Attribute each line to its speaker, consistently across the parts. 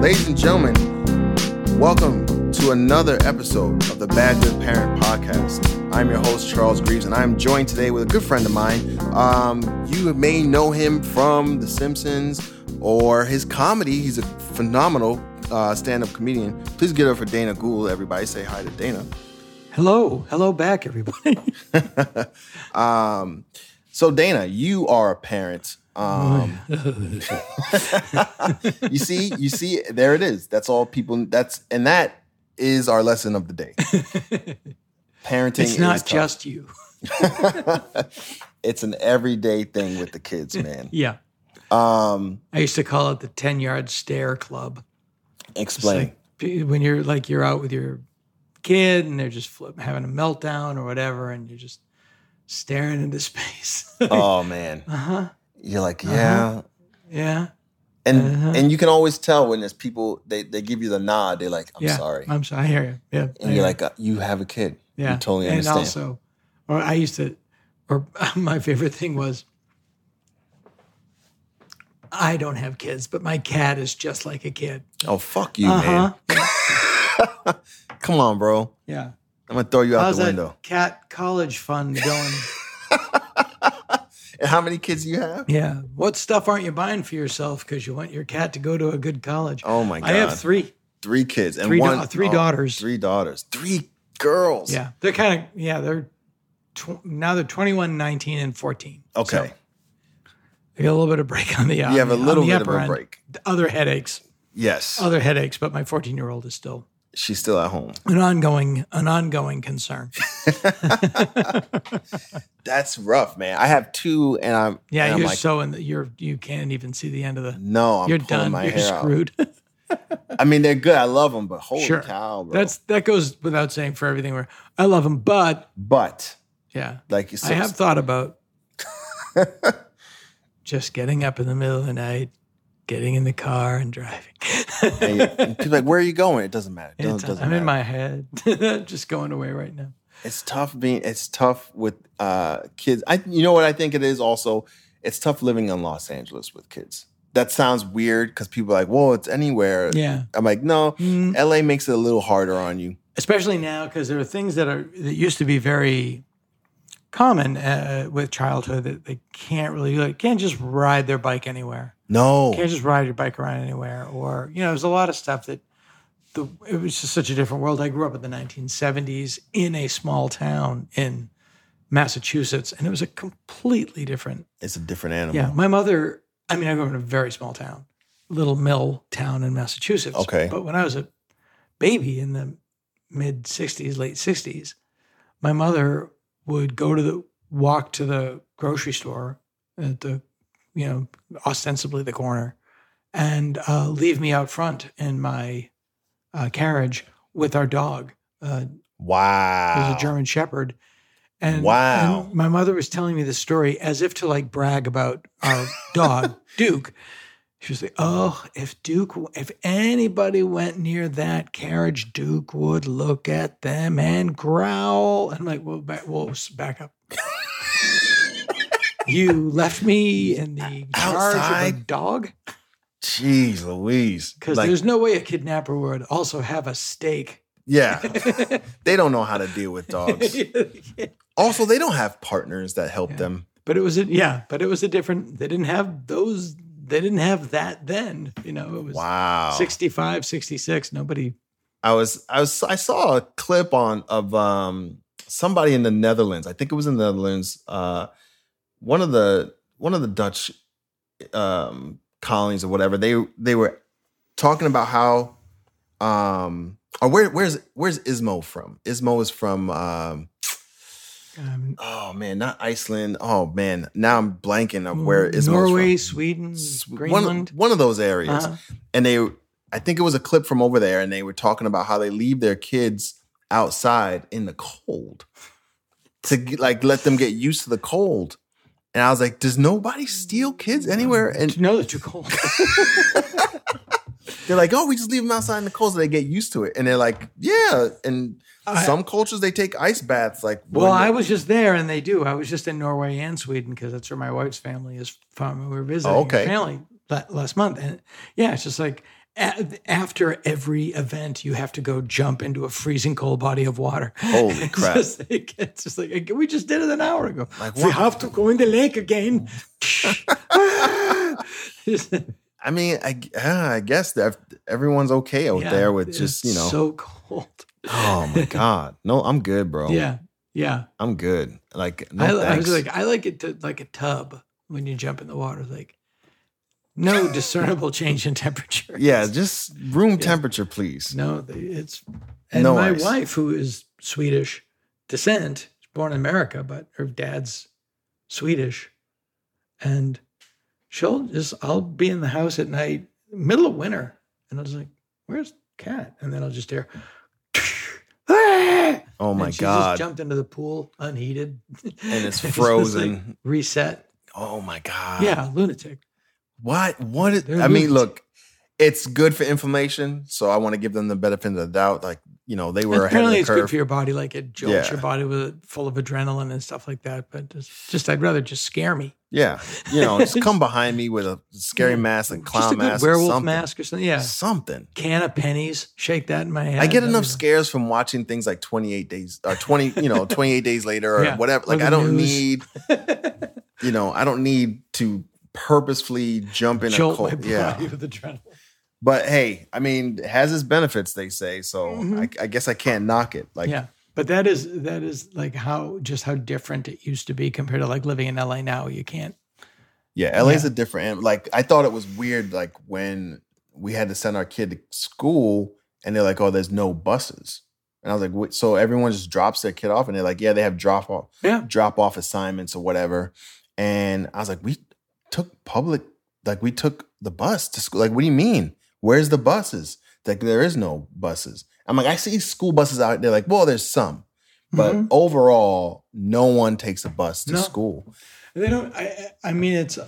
Speaker 1: Ladies and gentlemen, welcome to another episode of the Bad Good Parent Podcast. I'm your host, Charles Greaves, and I'm joined today with a good friend of mine. Um, you may know him from The Simpsons or his comedy. He's a phenomenal uh, stand up comedian. Please give it up for Dana Gould, everybody. Say hi to Dana.
Speaker 2: Hello, hello back, everybody.
Speaker 1: Um, so Dana, you are a parent. Um, you see, you see, there it is. That's all people. That's and that is our lesson of the day. Parenting.
Speaker 2: it's not
Speaker 1: is tough.
Speaker 2: just you.
Speaker 1: It's an everyday thing with the kids, man.
Speaker 2: Yeah,
Speaker 1: Um,
Speaker 2: I used to call it the ten yard stare club. It's
Speaker 1: explain.
Speaker 2: like p- when you're like you're out with your kid and they're just flip, having a meltdown or whatever, and you're just staring into space. uh
Speaker 1: oh man,
Speaker 2: huh.
Speaker 1: you're like yeah,
Speaker 2: Yeah.
Speaker 1: and
Speaker 2: Uh-huh.
Speaker 1: and you can always tell when there's people they they give you the nod. They're like, I'm
Speaker 2: yeah.
Speaker 1: sorry,
Speaker 2: I'm sorry. I hear you. Yeah. I
Speaker 1: and
Speaker 2: hear
Speaker 1: you're like, uh, you have a kid.
Speaker 2: Yeah.
Speaker 1: you totally
Speaker 2: and
Speaker 1: understand.
Speaker 2: also, or I used to, or my favorite thing was, I don't have kids, but my cat is just like a kid.
Speaker 1: oh fuck you,
Speaker 2: Uh-huh.
Speaker 1: man. Come on, bro.
Speaker 2: Yeah.
Speaker 1: I'm gonna throw you out
Speaker 2: How's
Speaker 1: the
Speaker 2: that
Speaker 1: window.
Speaker 2: cat college fund going?
Speaker 1: And how many kids do you have?
Speaker 2: yeah. What stuff aren't you buying for yourself because you want your cat to go to a good college?
Speaker 1: Oh my god.
Speaker 2: I have three.
Speaker 1: three kids and
Speaker 2: three da- uh,
Speaker 1: one oh,
Speaker 2: three daughters.
Speaker 1: Three daughters. Three girls.
Speaker 2: Yeah. They're kind of, yeah, they're tw- now they're 21, 19, and 14. So
Speaker 1: Okay.
Speaker 2: I got a little bit of break on the
Speaker 1: you have a
Speaker 2: on the-
Speaker 1: little
Speaker 2: on the
Speaker 1: bit of
Speaker 2: upper
Speaker 1: a
Speaker 2: end. Oh.
Speaker 1: break.
Speaker 2: Other headaches.
Speaker 1: Yes.
Speaker 2: Other headaches, but my 14 year old is still
Speaker 1: She's still at home.
Speaker 2: an ongoing an ongoing concern.
Speaker 1: That's rough, man. I have two and I'm and
Speaker 2: Yeah,
Speaker 1: I'm
Speaker 2: you're
Speaker 1: like,
Speaker 2: so in the, you're you can't even see the end of the.
Speaker 1: no, I'm
Speaker 2: you're
Speaker 1: pulling
Speaker 2: done.
Speaker 1: my
Speaker 2: You're
Speaker 1: hair
Speaker 2: screwed.
Speaker 1: out. I mean, they're good. I love them, but holy
Speaker 2: Sure.
Speaker 1: cow, bro.
Speaker 2: That's that goes without saying for everything. Where I love him, but
Speaker 1: but
Speaker 2: yeah,
Speaker 1: like you said,
Speaker 2: I have thought about just getting up in the middle of the night, getting in the car and driving.
Speaker 1: and you- and people are like, where are you going? It doesn't matter. It
Speaker 2: It's-
Speaker 1: doesn't, doesn't
Speaker 2: I'm
Speaker 1: matter.
Speaker 2: in my head, just going away right now.
Speaker 1: It's tough being. It's tough with uh, kids. I, you know what I think it is. Also, it's tough living in Los Angeles with kids. That sounds weird because people are like, "Well, it's anywhere."
Speaker 2: Yeah,
Speaker 1: I'm like, no.
Speaker 2: Mm.
Speaker 1: LA makes it a little harder on you.
Speaker 2: especially now because there are things that are that used to be very common uh, with childhood that they can't really do. Like, can't just ride their bike anywhere.
Speaker 1: No.
Speaker 2: Can't just ride your bike around anywhere. Or you know, there's a lot of stuff that the it was just such a different world. I grew up in the 1970s in a small town in Massachusetts, and it was a completely different
Speaker 1: It's a different animal.
Speaker 2: yeah, my mother. I mean, I grew up in a very small town, little mill town in Massachusetts.
Speaker 1: Okay.
Speaker 2: but when I was a baby in the mid '60s, late '60s, my mother would go to the walk to the grocery store at the, you know, ostensibly the corner, and uh, leave me out front in my uh, carriage with our dog. Uh, it
Speaker 1: Wow.
Speaker 2: was a German Shepherd. And,
Speaker 1: Wow.
Speaker 2: and my mother was telling me this story as if to like brag about our dog, Duke. She was like, Oh, if Duke, if anybody went near that carriage, Duke would look at them and growl. And I'm like, Well, back, whoa, s- back up. you left me in the charge of a
Speaker 1: Outside?
Speaker 2: dog?
Speaker 1: Jeez Louise.
Speaker 2: Because
Speaker 1: Like,
Speaker 2: there's no way a kidnapper would also have a stake.
Speaker 1: yeah, they don't know how to deal with dogs. also, they don't have partners that help
Speaker 2: Yeah.
Speaker 1: them.
Speaker 2: but it was a, yeah but it was a different they didn't have those they didn't have that then you know it was
Speaker 1: Wow.
Speaker 2: 65 66 nobody
Speaker 1: I was I was I saw a clip on of um somebody in the Netherlands. I think it was in the Netherlands. Uh, one of the one of the Dutch um, colonies or whatever. They they were talking about how um or where where's where's Ismo from? Ismo is from um
Speaker 2: um,
Speaker 1: oh man not Iceland. Oh man now I'm blanking of Uh, where Ismo's
Speaker 2: norway
Speaker 1: from.
Speaker 2: sweden
Speaker 1: S- One,
Speaker 2: greenland
Speaker 1: one of those areas
Speaker 2: Uh-huh.
Speaker 1: and they I think it was a clip from over there and they were talking about how they leave their kids outside in the cold to get, like let them get used to the cold. And I was like, does nobody steal kids anywhere? And
Speaker 2: no they're too cold
Speaker 1: they're like, oh, we just leave them outside in the cold so they get used to it. And they're like, yeah. And
Speaker 2: I-
Speaker 1: some cultures they take ice baths. Like,
Speaker 2: well
Speaker 1: when
Speaker 2: i
Speaker 1: they-
Speaker 2: was just there and they do i was just in norway and sweden because that's where my wife's family is from we were visiting
Speaker 1: Oh, okay.
Speaker 2: her family la- last month and yeah it's just like a- after every event, you have to go jump into a freezing cold body of water.
Speaker 1: Holy
Speaker 2: It's
Speaker 1: crap.
Speaker 2: just like- it's just like we just did it an hour ago.
Speaker 1: Like,
Speaker 2: we
Speaker 1: what-
Speaker 2: have to go in the lake again.
Speaker 1: I mean, I, ah, I guess that everyone's okay out
Speaker 2: Yeah,
Speaker 1: Oh, there with
Speaker 2: it's
Speaker 1: just, you know,
Speaker 2: so cold.
Speaker 1: oh my God. No, I'm good, bro.
Speaker 2: Yeah, yeah.
Speaker 1: I'm good. Like, Oh. no
Speaker 2: I, I
Speaker 1: thanks.
Speaker 2: was like, I like it to like a tub when you jump in the water, like no discernible change in temperature.
Speaker 1: yeah, just room temperature, please.
Speaker 2: No, they- it's and
Speaker 1: No
Speaker 2: my
Speaker 1: ice.
Speaker 2: wife, who is Swedish descent, was born in America, but her dad's Swedish, and she'll just I'll be in the house at night, middle of winter, and I was like, "Where's Cat?" And then I'll just hear. "Ah!"
Speaker 1: Oh my
Speaker 2: and she
Speaker 1: God.
Speaker 2: Just jumped into the pool unheated,
Speaker 1: and it's
Speaker 2: just, like,
Speaker 1: frozen.
Speaker 2: reset.
Speaker 1: oh my God.
Speaker 2: yeah, lunatic.
Speaker 1: What? What? Is,
Speaker 2: They're
Speaker 1: I mean,
Speaker 2: losers.
Speaker 1: look, it's good for inflammation, so I want to give them the benefit of the doubt. Like, you know, they were ahead of
Speaker 2: Apparently,
Speaker 1: the
Speaker 2: it's good
Speaker 1: curve.
Speaker 2: for your body. Like it jolts
Speaker 1: Yeah.
Speaker 2: your body with full of adrenaline and stuff like that. But just, just I'd rather just scare me.
Speaker 1: yeah, you know, just come behind me with a scary mask, a clown
Speaker 2: just a good
Speaker 1: mask, or
Speaker 2: werewolf
Speaker 1: something.
Speaker 2: mask or something. Yeah,
Speaker 1: something.
Speaker 2: can of pennies. Shake that in my head.
Speaker 1: I get enough
Speaker 2: mean,
Speaker 1: scares from watching things like 28 days or 20, you know, 28 days later or
Speaker 2: Yeah,
Speaker 1: whatever.
Speaker 2: or
Speaker 1: Like,
Speaker 2: the
Speaker 1: I don't
Speaker 2: news.
Speaker 1: need, you know, I don't need to purposefully jump in
Speaker 2: jolt
Speaker 1: a cold.
Speaker 2: my body
Speaker 1: yeah.
Speaker 2: with adrenaline.
Speaker 1: But hey, I mean, it has its benefits, they say. So
Speaker 2: Mhm.
Speaker 1: I, I guess I can't knock it. Like,
Speaker 2: yeah, but that is that is like how just how different it used to be compared to like living in LA now. You can't.
Speaker 1: Yeah, LA's a different animal. Like I thought it was weird, like when we had to send our kid to school and they're like, Oh, there's no buses. And I was like, Wait, so everyone just drops their kid off and they're like, Yeah, they have drop off
Speaker 2: Yeah,
Speaker 1: drop off assignments or whatever. And I was like, We took public like we took the bus to school. Like, what do you mean? Where's the buses? Like there is no buses. I'm like, I see school buses out there, like, well, there's some. But
Speaker 2: Mhm.
Speaker 1: overall, no one takes a bus to
Speaker 2: No.
Speaker 1: school.
Speaker 2: They don't. I. I I mean, it's.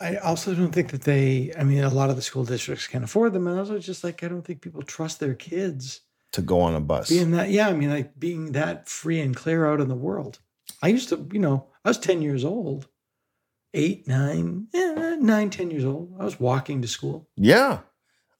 Speaker 2: I also don't think that they. I mean, a lot of the school districts can afford them, and also just like I don't think people trust their kids
Speaker 1: To go on a bus.
Speaker 2: being that. Yeah, I mean, like being that free and clear out in the world. I used to, you know, I was ten years old, eight, nine, yeah, nine, ten years old. I was walking to school.
Speaker 1: Yeah.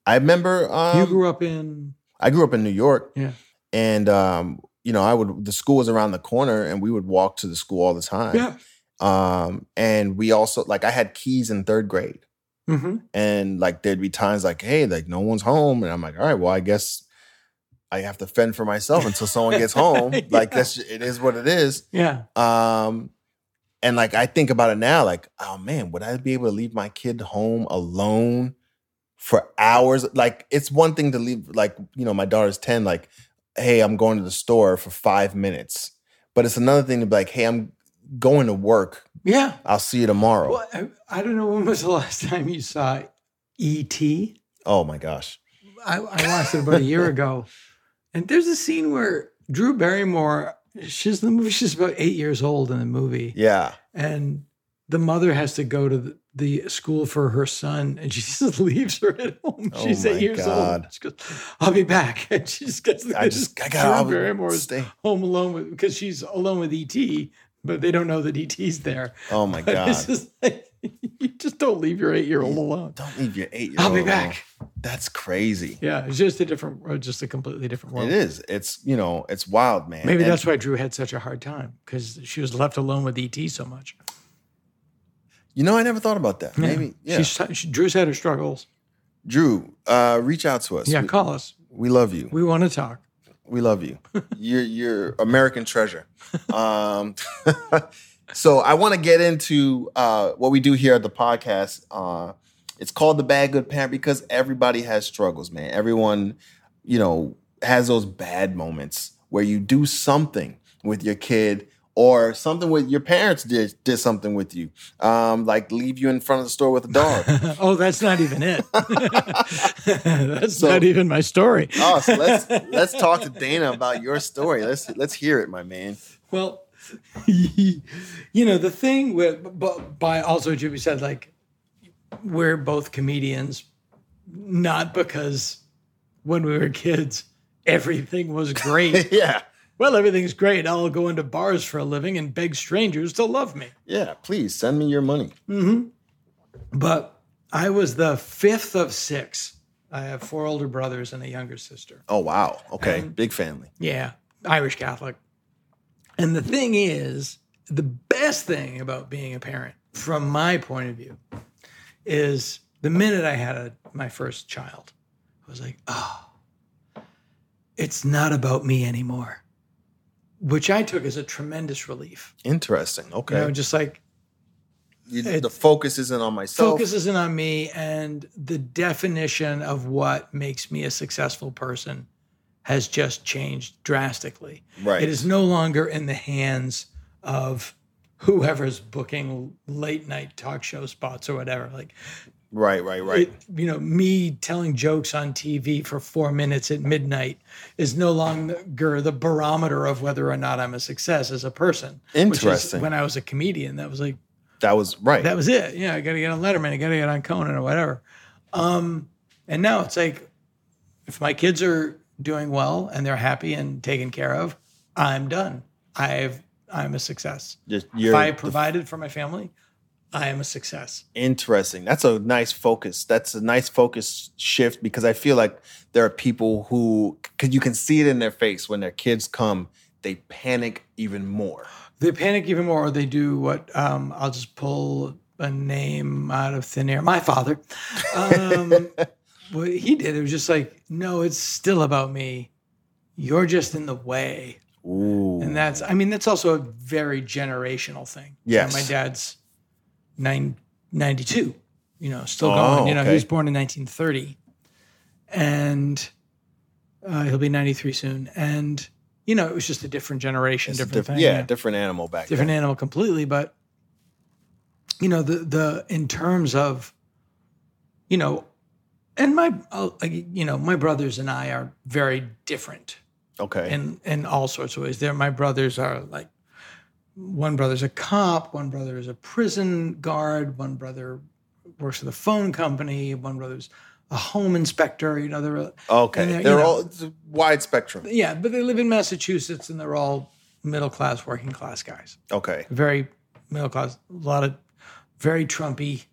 Speaker 1: I remember um,
Speaker 2: you grew up in.
Speaker 1: I grew up in New York.
Speaker 2: Yeah.
Speaker 1: And um, you know, I would the school was around the corner and we would walk to the school all the time.
Speaker 2: Yeah.
Speaker 1: Um, and we also like I had keys in third grade.
Speaker 2: hmm
Speaker 1: And like there'd be times like, hey, like no one's home. And I'm like, all right, well, I guess I have to fend for myself until someone gets home. Like
Speaker 2: Yeah.
Speaker 1: that's it is what it is.
Speaker 2: Yeah.
Speaker 1: Um, and like I think about it now, like, oh man, would I be able to leave my kid home alone for hours? Like, it's one thing to leave, like, you know, my daughter's 10, like, hey, I'm going to the store for five minutes. But it's another thing to be like, hey, I'm going to work.
Speaker 2: Yeah.
Speaker 1: I'll see you tomorrow.
Speaker 2: Well, I, I don't know when was the last time you saw E.T.
Speaker 1: Oh my gosh.
Speaker 2: I, I watched it about a year ago, and there's a scene where Drew Barrymore, she's in the movie, she's about eight years old in the movie,
Speaker 1: Yeah.
Speaker 2: and the mother has to go to the, the school for her son, and she just leaves her at home.
Speaker 1: Oh
Speaker 2: she's
Speaker 1: my
Speaker 2: eight years
Speaker 1: God.
Speaker 2: old. She goes, "I'll be back," and she just gets
Speaker 1: I just, I got
Speaker 2: Drew
Speaker 1: I
Speaker 2: Barrymore
Speaker 1: was
Speaker 2: is
Speaker 1: stay.
Speaker 2: home alone with because she's alone with ET, but they don't know that ET's there.
Speaker 1: Oh my
Speaker 2: It's
Speaker 1: God.
Speaker 2: just like, you just don't leave your eight year old alone.
Speaker 1: Don't leave your eight year
Speaker 2: I'll
Speaker 1: old.
Speaker 2: be back.
Speaker 1: That's crazy.
Speaker 2: Yeah, it's just a different, or just a completely different world.
Speaker 1: It is. It's, you know, it's wild, man.
Speaker 2: Maybe
Speaker 1: And-
Speaker 2: that's why Drew had such a hard time because she was left alone with ET so much.
Speaker 1: you know, I never thought about that. Maybe. Yeah.
Speaker 2: She's, she, Drew's had her struggles.
Speaker 1: Drew, uh, reach out to us.
Speaker 2: yeah,
Speaker 1: we,
Speaker 2: call us.
Speaker 1: we love you.
Speaker 2: We want to talk.
Speaker 1: We love you. you're you're American treasure. Um, so I want to get into uh, what we do here at the podcast. Uh, it's called the Bad Good Parent because everybody has struggles, man. Everyone, you know, has those bad moments where you do something with your kid or something with your parents did did something with you, um, like leave you in front of the store with a dog.
Speaker 2: oh, that's not even it. that's
Speaker 1: So-
Speaker 2: not even my story.
Speaker 1: Oh, so let's let's talk to Dana about your story. Let's let's hear it, my man.
Speaker 2: Well, you know, the thing with, but by also Jimmy said, like, we're both comedians, not because when we were kids, everything was great.
Speaker 1: yeah,
Speaker 2: Well, everything's great. I'll go into bars for a living and beg strangers to love me.
Speaker 1: yeah. Please send me your money.
Speaker 2: But I was the fifth of six. I have four older brothers and a younger sister.
Speaker 1: Oh wow. Okay.
Speaker 2: Um,
Speaker 1: Big family.
Speaker 2: Yeah, Irish Catholic. And the thing is, the best thing about being a parent, from my point of view, is the minute I had a, my first child, I was like, oh, it's not about me anymore, which I took as a tremendous relief.
Speaker 1: Interesting. Okay.
Speaker 2: You know, just like
Speaker 1: You-
Speaker 2: it-
Speaker 1: the focus isn't on myself.
Speaker 2: focus isn't on me, and the definition of what makes me a successful person has just changed drastically.
Speaker 1: Right.
Speaker 2: It is no longer in the hands of whoever's booking late night talk show spots or whatever. Like,
Speaker 1: Right. Right. Right.
Speaker 2: it, you know, me telling jokes on TV for four minutes at midnight is no longer the barometer of whether or not I'm a success as a person. which is
Speaker 1: Interesting.
Speaker 2: when I was a comedian, that was like,
Speaker 1: that was right.
Speaker 2: that was it. Yeah, I got to get on Letterman. I got to get on Conan or whatever. Um, and now it's like, if my kids are doing well and they're happy and taken care of, I'm done. I've I'm a success.
Speaker 1: Just-
Speaker 2: if
Speaker 1: you're
Speaker 2: I
Speaker 1: the-
Speaker 2: provided for my family, I am a success.
Speaker 1: interesting. That's a nice focus. That's a nice focus shift because I feel like there are people who, because you can see it in their face when their kids come, they panic even more.
Speaker 2: They panic even more. Or they do what um, I'll just pull a name out of thin air. My father, um, what he did, it was just like, no, it's still about me. You're just in the way.
Speaker 1: Ooh.
Speaker 2: And that's, I mean, that's also a very generational thing.
Speaker 1: Yes.
Speaker 2: my dad's nine, 92, you know, still
Speaker 1: Oh,
Speaker 2: going. You know,
Speaker 1: okay.
Speaker 2: he was born in 1930 and uh, he'll be 93 soon. And, you know, it was just a different generation,
Speaker 1: It's a
Speaker 2: different
Speaker 1: diff-
Speaker 2: thing.
Speaker 1: yeah, different animal back
Speaker 2: different animal completely. But, you know, the, the, in terms of, you know, and my, uh, you know, my brothers and I are very different
Speaker 1: then. Okay.
Speaker 2: in in all sorts of ways. There, my brothers are like one brother's a cop, one brother is a prison guard, one brother works for the phone company, one brother's a home inspector. You know, they're
Speaker 1: okay.
Speaker 2: and they're,
Speaker 1: They're,
Speaker 2: you know-
Speaker 1: all it's a wide spectrum.
Speaker 2: yeah, but they live in Massachusetts and they're all middle class, working class guys.
Speaker 1: Okay.
Speaker 2: Very middle class, a lot of very Trumpy,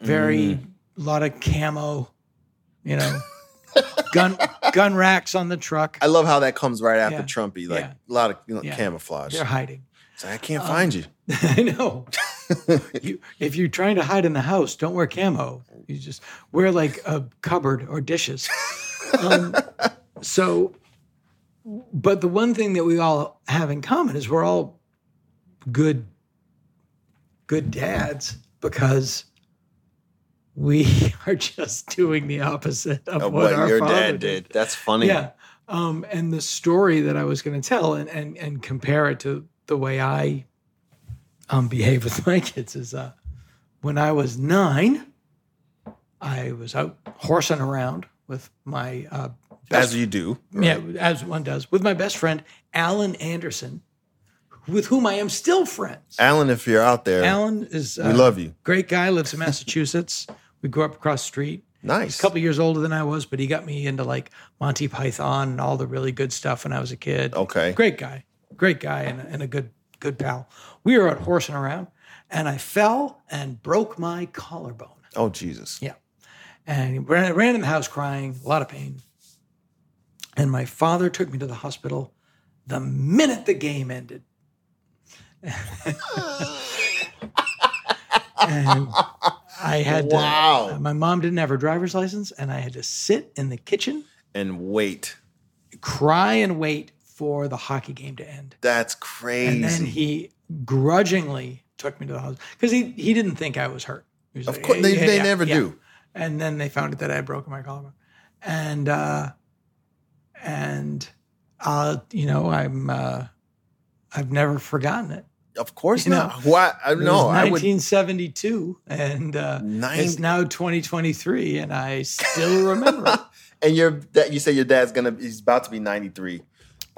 Speaker 2: very lot of camo, you know, gun gun racks on the truck.
Speaker 1: I love how that comes right after
Speaker 2: Yeah.
Speaker 1: Trumpy, like
Speaker 2: Yeah.
Speaker 1: a lot of you know,
Speaker 2: Yeah. Um,
Speaker 1: camouflage.
Speaker 2: They're hiding.
Speaker 1: It's like, I can't find you.
Speaker 2: I know. you, if you're trying to hide in the house, don't wear camo. You just wear like a cupboard or dishes. Um, so, but the one thing that we all have in common is we're all good, good dads because we are just doing the opposite of,
Speaker 1: Of
Speaker 2: what,
Speaker 1: what,
Speaker 2: our
Speaker 1: your
Speaker 2: father
Speaker 1: dad did. That's funny.
Speaker 2: yeah. Um, and the story that I was going to tell and, and, and compare it to the way I um, behave with my kids is uh, when I was nine, I was out horsing around with my, uh,
Speaker 1: As you do.
Speaker 2: yeah, as one does, with my best friend, Alan Anderson, with whom I am still friends.
Speaker 1: Alan, if you're out there,
Speaker 2: Alan uh, is
Speaker 1: we
Speaker 2: a
Speaker 1: love you.
Speaker 2: great guy, lives in Massachusetts. we grew up across the street
Speaker 1: Nice.
Speaker 2: a couple years older than I was, but he got me into like Monty Python and all the really good stuff when I was a kid.
Speaker 1: okay.
Speaker 2: Great guy, great guy, and, and a good good pal. We were out horsing around, and I fell and broke my collarbone.
Speaker 1: Oh, Jesus.
Speaker 2: Yeah, and he ran, ran in the house crying, a lot of pain. And my father took me to the hospital the minute the game ended. and I had
Speaker 1: Wow.
Speaker 2: to, my mom didn't have her driver's license, and I had to sit in the kitchen,
Speaker 1: And wait.
Speaker 2: cry, and wait for the hockey game to end.
Speaker 1: That's crazy.
Speaker 2: And then he grudgingly took me to the hospital because he, he didn't think I was hurt. He was
Speaker 1: of
Speaker 2: like,
Speaker 1: course, they,
Speaker 2: "Yeah,
Speaker 1: they
Speaker 2: yeah,
Speaker 1: never
Speaker 2: yeah."
Speaker 1: do.
Speaker 2: And then they found out that I had broken my collarbone. And, uh, and, uh, you know, I'm, uh, I've never forgotten it.
Speaker 1: Of course
Speaker 2: You know,
Speaker 1: not. Why? I
Speaker 2: it was
Speaker 1: know. I would.
Speaker 2: 1972 and, uh,
Speaker 1: Nine,
Speaker 2: it's now 2023 and I still remember it.
Speaker 1: and your that you say your dad's gonna he's about to be 93.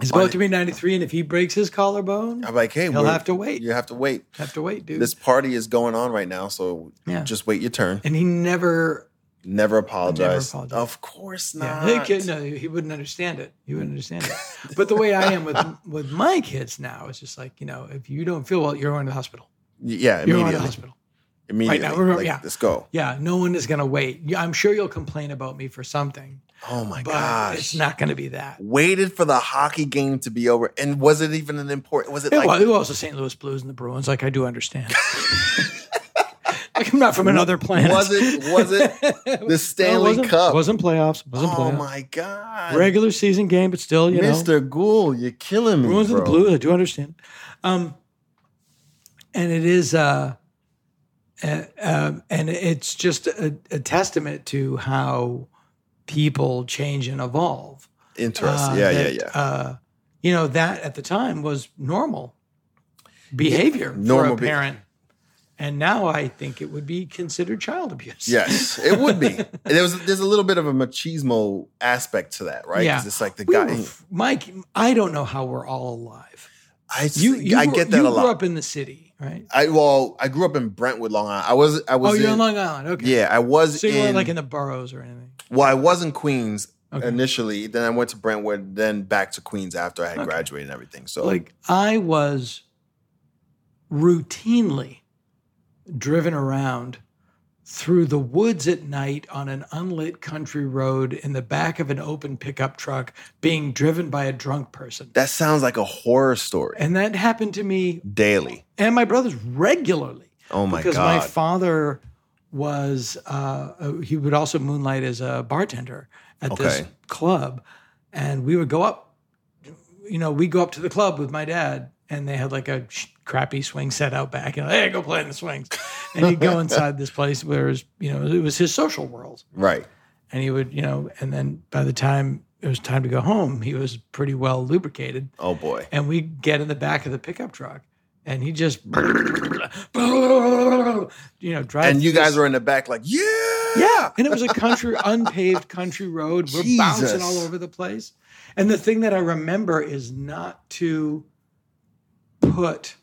Speaker 2: He's
Speaker 1: On
Speaker 2: about
Speaker 1: it.
Speaker 2: to be 93 and if he breaks his collarbone,
Speaker 1: I'm like, hey,
Speaker 2: he'll
Speaker 1: we're-
Speaker 2: have to wait.
Speaker 1: You have to wait.
Speaker 2: Have to wait, dude.
Speaker 1: This party is going on right now, so
Speaker 2: Yeah.
Speaker 1: just wait your turn.
Speaker 2: and he never
Speaker 1: Never apologize.
Speaker 2: apologize.
Speaker 1: Of course
Speaker 2: Yeah,
Speaker 1: not.
Speaker 2: they could, no, he wouldn't understand it. He wouldn't understand it. But the way I am with with my kids now is just like you know, if you don't feel well, you're going to the hospital.
Speaker 1: Y- yeah,
Speaker 2: You're going to the
Speaker 1: immediately.
Speaker 2: hospital. Right
Speaker 3: immediately.
Speaker 2: now, we're-
Speaker 3: like,
Speaker 2: yeah.
Speaker 3: let's go.
Speaker 2: Yeah, no one is going to wait. Yeah, I'm sure you'll complain about me for something,
Speaker 1: Oh my
Speaker 2: but
Speaker 1: gosh.
Speaker 2: it's not going to be that.
Speaker 1: Waited for the hockey game to be over. And was it even an important was it
Speaker 2: It
Speaker 1: like
Speaker 2: was, it was the St. Louis Blues and the Bruins. Like I do understand. like I'm not from another planet.
Speaker 1: was it was it the
Speaker 2: No, it
Speaker 1: Stanley
Speaker 2: wasn't-
Speaker 1: Cup?
Speaker 2: Wasn't playoffs. Wasn't
Speaker 1: oh
Speaker 2: playoffs.
Speaker 1: my god.
Speaker 2: Regular season game, but still, you know,
Speaker 1: Mr. Gould, you're killing me.
Speaker 2: Bruins
Speaker 1: bro.
Speaker 2: and the Blues. I do understand. Um, and it is, uh, uh, um, and it's just a, a testament to how people change and evolve.
Speaker 3: Interesting.
Speaker 2: uh,
Speaker 3: yeah,
Speaker 2: that,
Speaker 3: yeah, yeah.
Speaker 2: Uh, you know, that at the time was normal behavior
Speaker 3: normal
Speaker 2: for
Speaker 3: be-
Speaker 2: a parent. and now I think it would be considered child abuse.
Speaker 3: Yes.
Speaker 1: It would be. And there was there's a little bit of a machismo aspect to that, right?
Speaker 2: Yeah.
Speaker 1: 'Cause it's like the
Speaker 2: We
Speaker 1: guy.
Speaker 2: were- Mike, I don't know how we're all alive.
Speaker 1: I s-
Speaker 2: You, you
Speaker 1: I
Speaker 2: were-
Speaker 1: get that
Speaker 2: you
Speaker 1: a lot.
Speaker 2: grew up in the city, right?
Speaker 1: I well, I grew up in Brentwood, Long Island. I was I was
Speaker 2: oh, you're
Speaker 1: in,
Speaker 2: in Long Island. Okay.
Speaker 1: Yeah, I was
Speaker 2: So you
Speaker 1: in,
Speaker 2: weren't like in the boroughs or anything.
Speaker 1: well, I was in Queens
Speaker 2: Okay.
Speaker 1: initially. Then I went to Brentwood, then back to Queens after I had
Speaker 2: Okay.
Speaker 1: graduated and everything. So
Speaker 2: like I was routinely driven around through the woods at night on an unlit country road in the back of an open pickup truck being driven by a drunk person.
Speaker 1: that sounds like a horror story.
Speaker 2: And that happened to me
Speaker 1: Daily.
Speaker 2: and my brothers regularly.
Speaker 1: Oh my
Speaker 2: because
Speaker 1: god.
Speaker 2: my father was uh, uh, he would also moonlight as a bartender at this
Speaker 1: Okay.
Speaker 2: club, and we would go up. You know, we go up to the club with my dad, and they had like a sh- crappy swing set out back, and hey, go play in the swings. And he'd go inside this place where it was, you know it was his social world,
Speaker 1: right.
Speaker 2: and he would you know, and then by the time it was time to go home, he was pretty well lubricated,
Speaker 1: Oh boy.
Speaker 2: and we get in the back of the pickup truck and he just you know drives
Speaker 1: And you
Speaker 2: this-
Speaker 1: guys were in the back like, yeah.
Speaker 2: yeah and it was a country unpaved country road we're bouncing
Speaker 1: Jesus.
Speaker 2: all over the place and the thing that i remember is not to put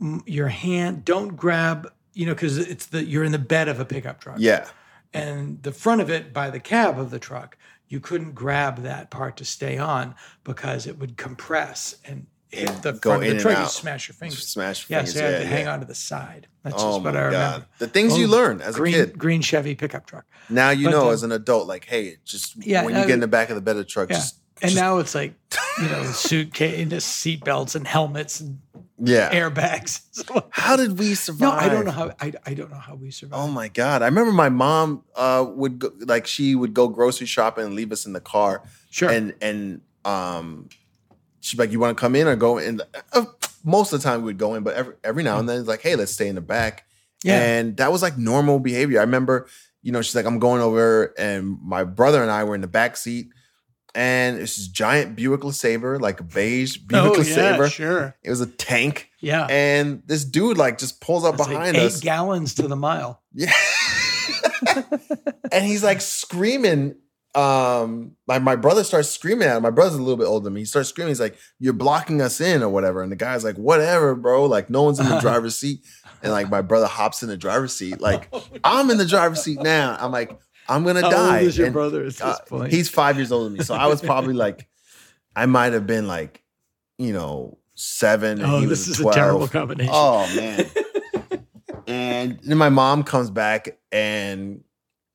Speaker 2: m- your hand don't grab you know because it's the you're in the bed of a pickup truck
Speaker 1: Yeah.
Speaker 2: and the front of it by the cab of the truck, you couldn't grab that part to stay on because it it would compress and hit the
Speaker 1: Go
Speaker 2: front
Speaker 1: in
Speaker 2: of the
Speaker 1: and
Speaker 2: truck. You
Speaker 1: out.
Speaker 2: smash your fingers.
Speaker 1: Smash
Speaker 2: Yeah,
Speaker 1: fingers.
Speaker 2: so you had to hang on to the side. That's
Speaker 1: Oh
Speaker 2: just
Speaker 1: my
Speaker 2: what I
Speaker 1: god.
Speaker 2: remember.
Speaker 1: The things you
Speaker 2: Oh,
Speaker 1: learn as
Speaker 2: green,
Speaker 1: a kid.
Speaker 2: green Chevy pickup truck.
Speaker 1: Now you
Speaker 2: But,
Speaker 1: know
Speaker 2: um,
Speaker 1: as an adult, like, hey, just
Speaker 2: Yeah,
Speaker 1: when you
Speaker 2: now-
Speaker 1: get in the back of the bed of truck,
Speaker 2: Yeah.
Speaker 1: just
Speaker 2: And
Speaker 1: Just-
Speaker 2: now it's like, you know, suitcase, and just seat belts and helmets and
Speaker 1: yeah.
Speaker 2: airbags. So-
Speaker 1: How did we survive?
Speaker 2: no, I don't know how. I, I don't know how we survived.
Speaker 1: Oh my god! I remember my mom uh, would go, like she would go grocery shopping and leave us in the car,
Speaker 2: sure.
Speaker 1: Oh, and and um, she'd be like, "You want to come in or go in?" Uh, most of the time we would go in, but every every now and then it's like, "Hey, let's stay in the back."
Speaker 2: yeah.
Speaker 1: And that was like normal behavior. I remember, you know, she's like, "I'm going over," and my brother and I were in the back seat, and it's this giant Buick LeSabre, like a beige Buick
Speaker 2: oh, yeah,
Speaker 1: LeSabre.
Speaker 2: sure.
Speaker 1: It was a tank,
Speaker 2: Yeah.
Speaker 1: and this dude like just pulls up
Speaker 2: It's like
Speaker 1: behind
Speaker 2: eight
Speaker 1: us.
Speaker 2: gallons to the mile.
Speaker 1: Yeah. and he's like screaming. Um, my, my brother starts screaming at him. My brother's a little bit older than me. He starts screaming, he's like, You're blocking us in or whatever. And the guy's like, Whatever, bro. Like, no one's in the driver's seat. And like my brother hops in the driver's seat. Like, I'm in the driver's seat now. I'm like, I'm gonna
Speaker 2: How
Speaker 1: die.
Speaker 2: old is your
Speaker 1: And,
Speaker 2: brother at this
Speaker 1: uh,
Speaker 2: point?
Speaker 1: He's five years older than me. So I was probably like, I might have been like, you know, seven. and
Speaker 2: oh,
Speaker 1: he
Speaker 2: this
Speaker 1: was
Speaker 2: is
Speaker 1: 12.
Speaker 2: a terrible combination.
Speaker 1: Oh man. and then my mom comes back and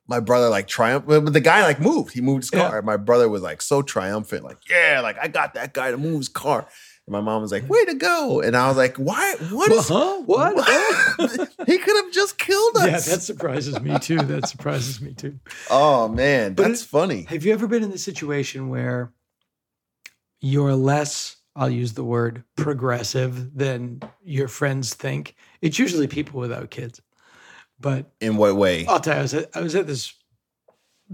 Speaker 1: my brother like triumph, but but the guy like moved. He moved his
Speaker 2: Yeah.
Speaker 1: car. My brother was like so triumphant, like yeah, like I got that guy to move his car. And my mom was like, "Way to go!" And I was like, "Why? What Oh,
Speaker 2: Well,
Speaker 1: is?
Speaker 2: huh? What?
Speaker 1: he could have just killed
Speaker 2: yeah,
Speaker 1: us."
Speaker 2: that surprises me too. That surprises me too.
Speaker 1: oh man,
Speaker 2: But
Speaker 1: that's funny.
Speaker 2: Have you ever been in the situation where you're less, I'll use the word progressive than your friends think? It's usually people without kids. But
Speaker 1: In what way?
Speaker 2: I'll tell you, I was at, I was at this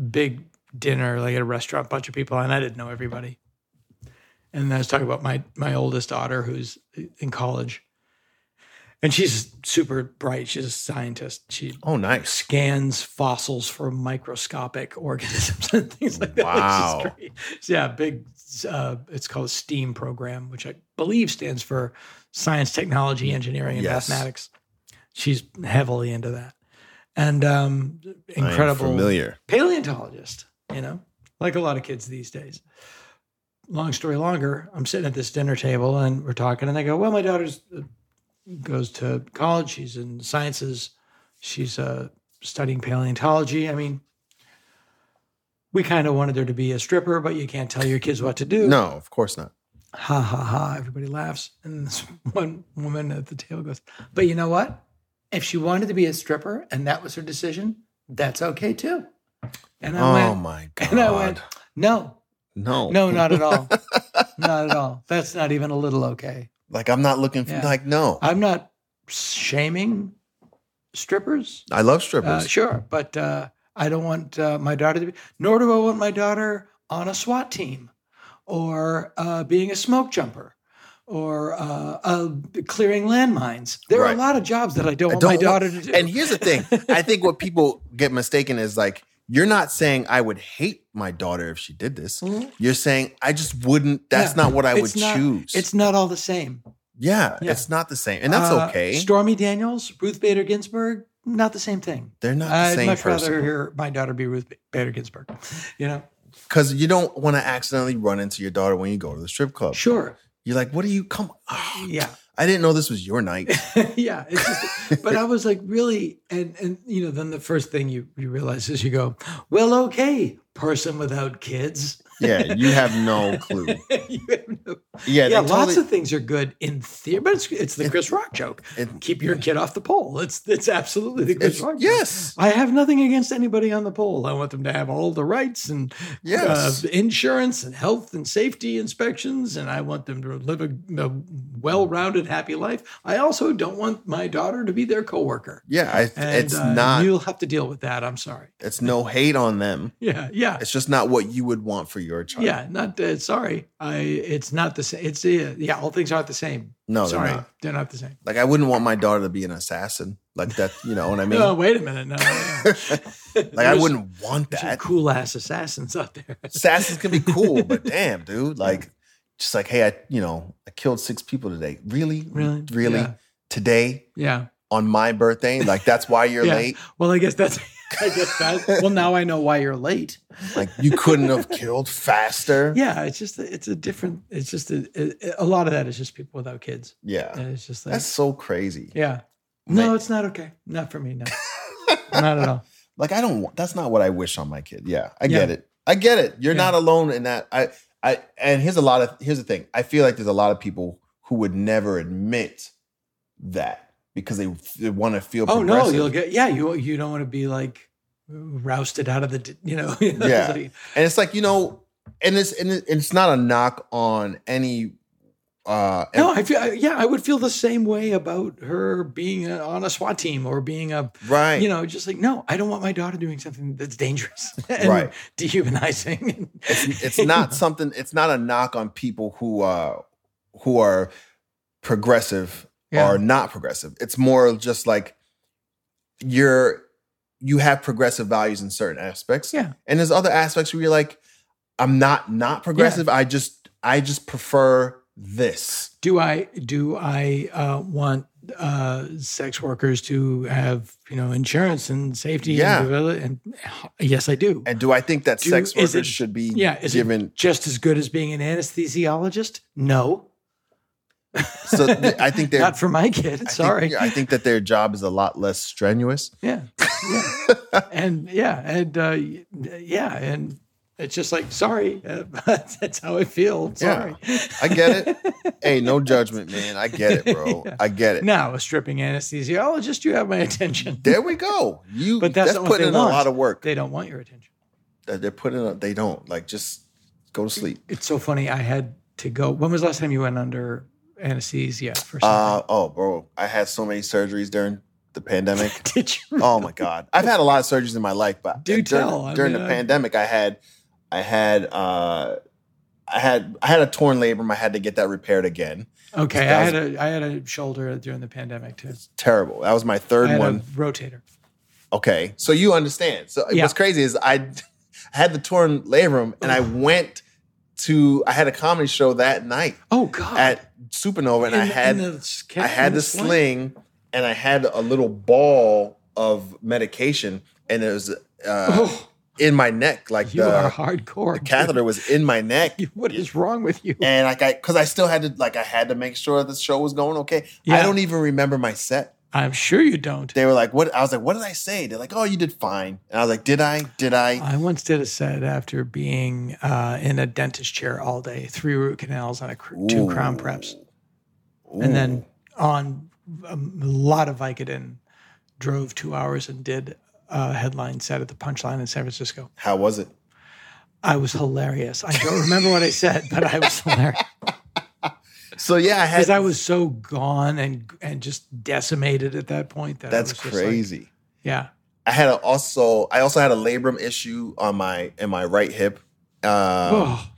Speaker 2: big dinner, like at a restaurant, bunch of people, and I didn't know everybody. And I was talking about my my oldest daughter who's in college, and she's super bright. She's a scientist. She
Speaker 1: Oh, nice.
Speaker 2: scans fossils for microscopic organisms and things like that. which is
Speaker 1: Wow.
Speaker 2: great. So, yeah, big. Uh, it's called a STEAM program, which I believe stands for Science, Technology, Engineering, and
Speaker 1: Yes.
Speaker 2: Mathematics. She's heavily into that, and um,
Speaker 1: I am
Speaker 2: incredible
Speaker 1: familiar.
Speaker 2: paleontologist, you know, like a lot of kids these days. Long story longer, I'm sitting at this dinner table and we're talking, and they go, Well, my daughter's a goes to college. She's in sciences. She's uh, studying paleontology. I mean, we kind of wanted her to be a stripper, but you can't tell your kids what to do.
Speaker 1: No, of course not.
Speaker 2: Ha ha ha. Everybody laughs. And this one woman at the table goes, But you know what? If she wanted to be a stripper and that was her decision, that's okay too. And I
Speaker 1: oh
Speaker 2: went,
Speaker 1: my god.
Speaker 2: and I went, No,
Speaker 1: no.
Speaker 2: no, not at all. not at all. That's not even a little okay.
Speaker 1: Like I'm not looking for
Speaker 2: Yeah.
Speaker 1: like no. I,
Speaker 2: I'm not shaming strippers.
Speaker 1: love
Speaker 2: Uh,
Speaker 1: strippers.
Speaker 2: sure, but uh, I don't want uh, my daughter to be. Nor do I want my daughter on a SWAT team, or uh, being a smoke jumper, or uh, uh, clearing landmines. There are
Speaker 1: Right.
Speaker 2: a lot of jobs that I don't
Speaker 1: I
Speaker 2: want
Speaker 1: don't
Speaker 2: my
Speaker 1: want-
Speaker 2: daughter to do.
Speaker 1: and here's the thing. I think what people get mistaken is like you're not saying I would hate my daughter if she did this.
Speaker 2: Mhm.
Speaker 1: You're saying I just wouldn't that's
Speaker 2: Yeah.
Speaker 1: not what I
Speaker 2: It's
Speaker 1: would
Speaker 2: not-
Speaker 1: choose.
Speaker 2: it's not all the same,
Speaker 1: yeah,
Speaker 2: Yeah.
Speaker 1: it's not the same. And that's
Speaker 2: Uh,
Speaker 1: okay.
Speaker 2: Stormy Daniels, Ruth Bader Ginsburg, not the same thing.
Speaker 1: They're not the
Speaker 2: Uh, I'd
Speaker 1: same
Speaker 2: much rather
Speaker 1: person.
Speaker 2: hear my daughter be Ruth Bader Ginsburg. You know,
Speaker 1: Because you don't want to accidentally run into your daughter when you go to the strip club.
Speaker 2: sure,
Speaker 1: You're like, what do you come? ah,
Speaker 2: yeah.
Speaker 1: I didn't know this was your night.
Speaker 2: yeah, it's just, but I was like, really, and and you know, then the first thing you you realize is you go, well, okay, person without kids.
Speaker 1: yeah, you have no clue.
Speaker 2: You have no-
Speaker 1: Yeah,
Speaker 2: yeah,
Speaker 1: they
Speaker 2: lots
Speaker 1: totally-
Speaker 2: of things are good in theory, but it's it's the Chris Rock joke.
Speaker 1: it-
Speaker 2: Keep your kid off the pole. It's it's absolutely the Chris
Speaker 1: it's-
Speaker 2: Rock. joke.
Speaker 1: yes,
Speaker 2: I have nothing against anybody on the pole. I want them to have all the rights and
Speaker 1: yes.
Speaker 2: uh, insurance and health and safety inspections, and I want them to live a, a well-rounded, happy life. I also don't want my daughter to be their coworker.
Speaker 1: yeah, I,
Speaker 2: And,
Speaker 1: it's
Speaker 2: uh,
Speaker 1: not.
Speaker 2: You'll have to deal with that. I'm sorry.
Speaker 1: it's no hate on them.
Speaker 2: Yeah, yeah,
Speaker 1: It's just not what you would want for your child.
Speaker 2: yeah. Not uh, sorry. I. It's not the same. It's uh, yeah. All things aren't the same.
Speaker 1: No,
Speaker 2: sorry,
Speaker 1: they're not.
Speaker 2: they're not the same.
Speaker 1: Like I wouldn't want my daughter to be an assassin. Like that, you know what I mean?
Speaker 2: no, wait a minute. No, no, no.
Speaker 1: like I wouldn't want that.
Speaker 2: Cool ass assassins out there.
Speaker 1: Assassins can be cool, but damn, dude, like just like hey, I you know I killed six people today. Really,
Speaker 2: Really,
Speaker 1: really
Speaker 2: Yeah.
Speaker 1: today
Speaker 2: yeah.
Speaker 1: on my birthday. Like that's why you're
Speaker 2: Yeah.
Speaker 1: late.
Speaker 2: Well, I guess that's. I guess that. Well, now I know why you're late.
Speaker 1: Like you couldn't have killed faster.
Speaker 2: Yeah, it's just it's a different. It's just a, a, a lot of that is just people without kids,
Speaker 1: Yeah.
Speaker 2: and it's just like
Speaker 1: Uh, That's so crazy.
Speaker 2: yeah. No,
Speaker 1: Like-
Speaker 2: it's not okay. Not for me. No, not at all.
Speaker 1: like I don't want that's not what I wish on my kid. Yeah, I
Speaker 2: Yeah.
Speaker 1: get it. I get it. You're
Speaker 2: Yeah.
Speaker 1: not alone in that. I I and here's a lot of here's the thing. I feel like there's a lot of people who would never admit that because they, they want to feel
Speaker 2: Oh no,
Speaker 1: progressive.
Speaker 2: you'll get yeah. You you don't want to be like rousted out of the d- you know. it's
Speaker 1: Yeah.
Speaker 2: like-
Speaker 1: and it's like, you know, and it's and it- it's not a knock on any uh
Speaker 2: no, I feel I- yeah. I would feel the same way about her being a, on a SWAT team or being a
Speaker 1: right.
Speaker 2: you know just like no, I don't want my daughter doing something that's dangerous and
Speaker 1: Right.
Speaker 2: dehumanizing.
Speaker 1: it's, it's not something it's not a knock on people who uh who are progressive
Speaker 2: Yeah.
Speaker 1: or not progressive it's more just like you're you have progressive values in certain aspects
Speaker 2: Yeah.
Speaker 1: and there's other aspects where you're like i'm not not progressive i just i just prefer this
Speaker 2: do I do I uh, want uh, sex workers to have you know insurance and safety?
Speaker 1: Yeah.
Speaker 2: and, devel- and yes, I do.
Speaker 1: and do i think that
Speaker 2: Do-
Speaker 1: sex
Speaker 2: is
Speaker 1: workers
Speaker 2: it-
Speaker 1: should be
Speaker 2: yeah, is it-
Speaker 1: given
Speaker 2: Just as good as being an anesthesiologist? No,
Speaker 1: so th- i think they're
Speaker 2: not for my kid.
Speaker 1: I think-
Speaker 2: Sorry.
Speaker 1: yeah, I think that their job is a lot less strenuous
Speaker 2: yeah. yeah. and yeah, and uh, yeah, and it's just like sorry, uh, that's how I feel. Sorry.
Speaker 1: i get it hey no judgment man i get it bro
Speaker 2: Yeah.
Speaker 1: i get it
Speaker 2: now, a stripping anesthesiologist, you have my attention.
Speaker 1: There we go. You
Speaker 2: But
Speaker 1: that's,
Speaker 2: that's not what
Speaker 1: putting
Speaker 2: they
Speaker 1: in a
Speaker 2: want.
Speaker 1: lot of work.
Speaker 2: They don't want your attention.
Speaker 1: That They're putting up. They don't like just go to sleep.
Speaker 2: It's so funny. I had to go. When was the last time you went under anesthesia for something?
Speaker 1: Uh oh, bro. I had so many surgeries during the pandemic.
Speaker 2: Did you?
Speaker 1: oh my god, I've had a lot of surgeries in my life, but
Speaker 2: Do
Speaker 1: during,
Speaker 2: tell. I
Speaker 1: during
Speaker 2: mean,
Speaker 1: the
Speaker 2: I-
Speaker 1: pandemic, I had, I had, uh, I had, I had a torn labrum. I had to get that repaired again.
Speaker 2: Okay, I
Speaker 1: That
Speaker 2: had a I had a shoulder during the pandemic too.
Speaker 1: Terrible. That was my third
Speaker 2: I had
Speaker 1: one.
Speaker 2: a rotator.
Speaker 1: Okay. So you understand. So
Speaker 2: Yeah.
Speaker 1: what's crazy is I had the torn labrum and I went to I had a comedy show that night
Speaker 2: Oh God!
Speaker 1: at Supernova and I
Speaker 2: In the-
Speaker 1: had
Speaker 2: in the sca-
Speaker 1: I had
Speaker 2: in
Speaker 1: the sling and I had a little ball of medication and it was uh,
Speaker 2: Oh,
Speaker 1: in my neck. Like
Speaker 2: you are
Speaker 1: the,
Speaker 2: hardcore.
Speaker 1: the catheter was in my neck.
Speaker 2: dude. What is wrong with you?
Speaker 1: And like I, because I still had to, like I had to make sure the show was going okay. I
Speaker 2: Yeah.
Speaker 1: don't even remember my set.
Speaker 2: I'm sure you don't.
Speaker 1: They were like, "What?" I was like, "What did I say?" They're like, "Oh, you did fine." And I was like, "Did I? Did I?"
Speaker 2: I once did a set after being uh, in a dentist chair all day, three root canals on a cr- two
Speaker 1: Ooh.
Speaker 2: crown preps,
Speaker 1: Ooh.
Speaker 2: and then on um, a lot of Vicodin, drove two hours and did a headline set at the Punchline in San Francisco.
Speaker 1: how was it?
Speaker 2: I was hilarious. I don't remember what I said, but I was hilarious
Speaker 1: So yeah, I
Speaker 2: because
Speaker 1: had.
Speaker 2: I was so gone and and just decimated at that point. That I
Speaker 1: that's
Speaker 2: was just like-
Speaker 1: crazy.
Speaker 2: yeah,
Speaker 1: I had a also. I also had a labrum issue on my in my right hip. Um,
Speaker 2: oh,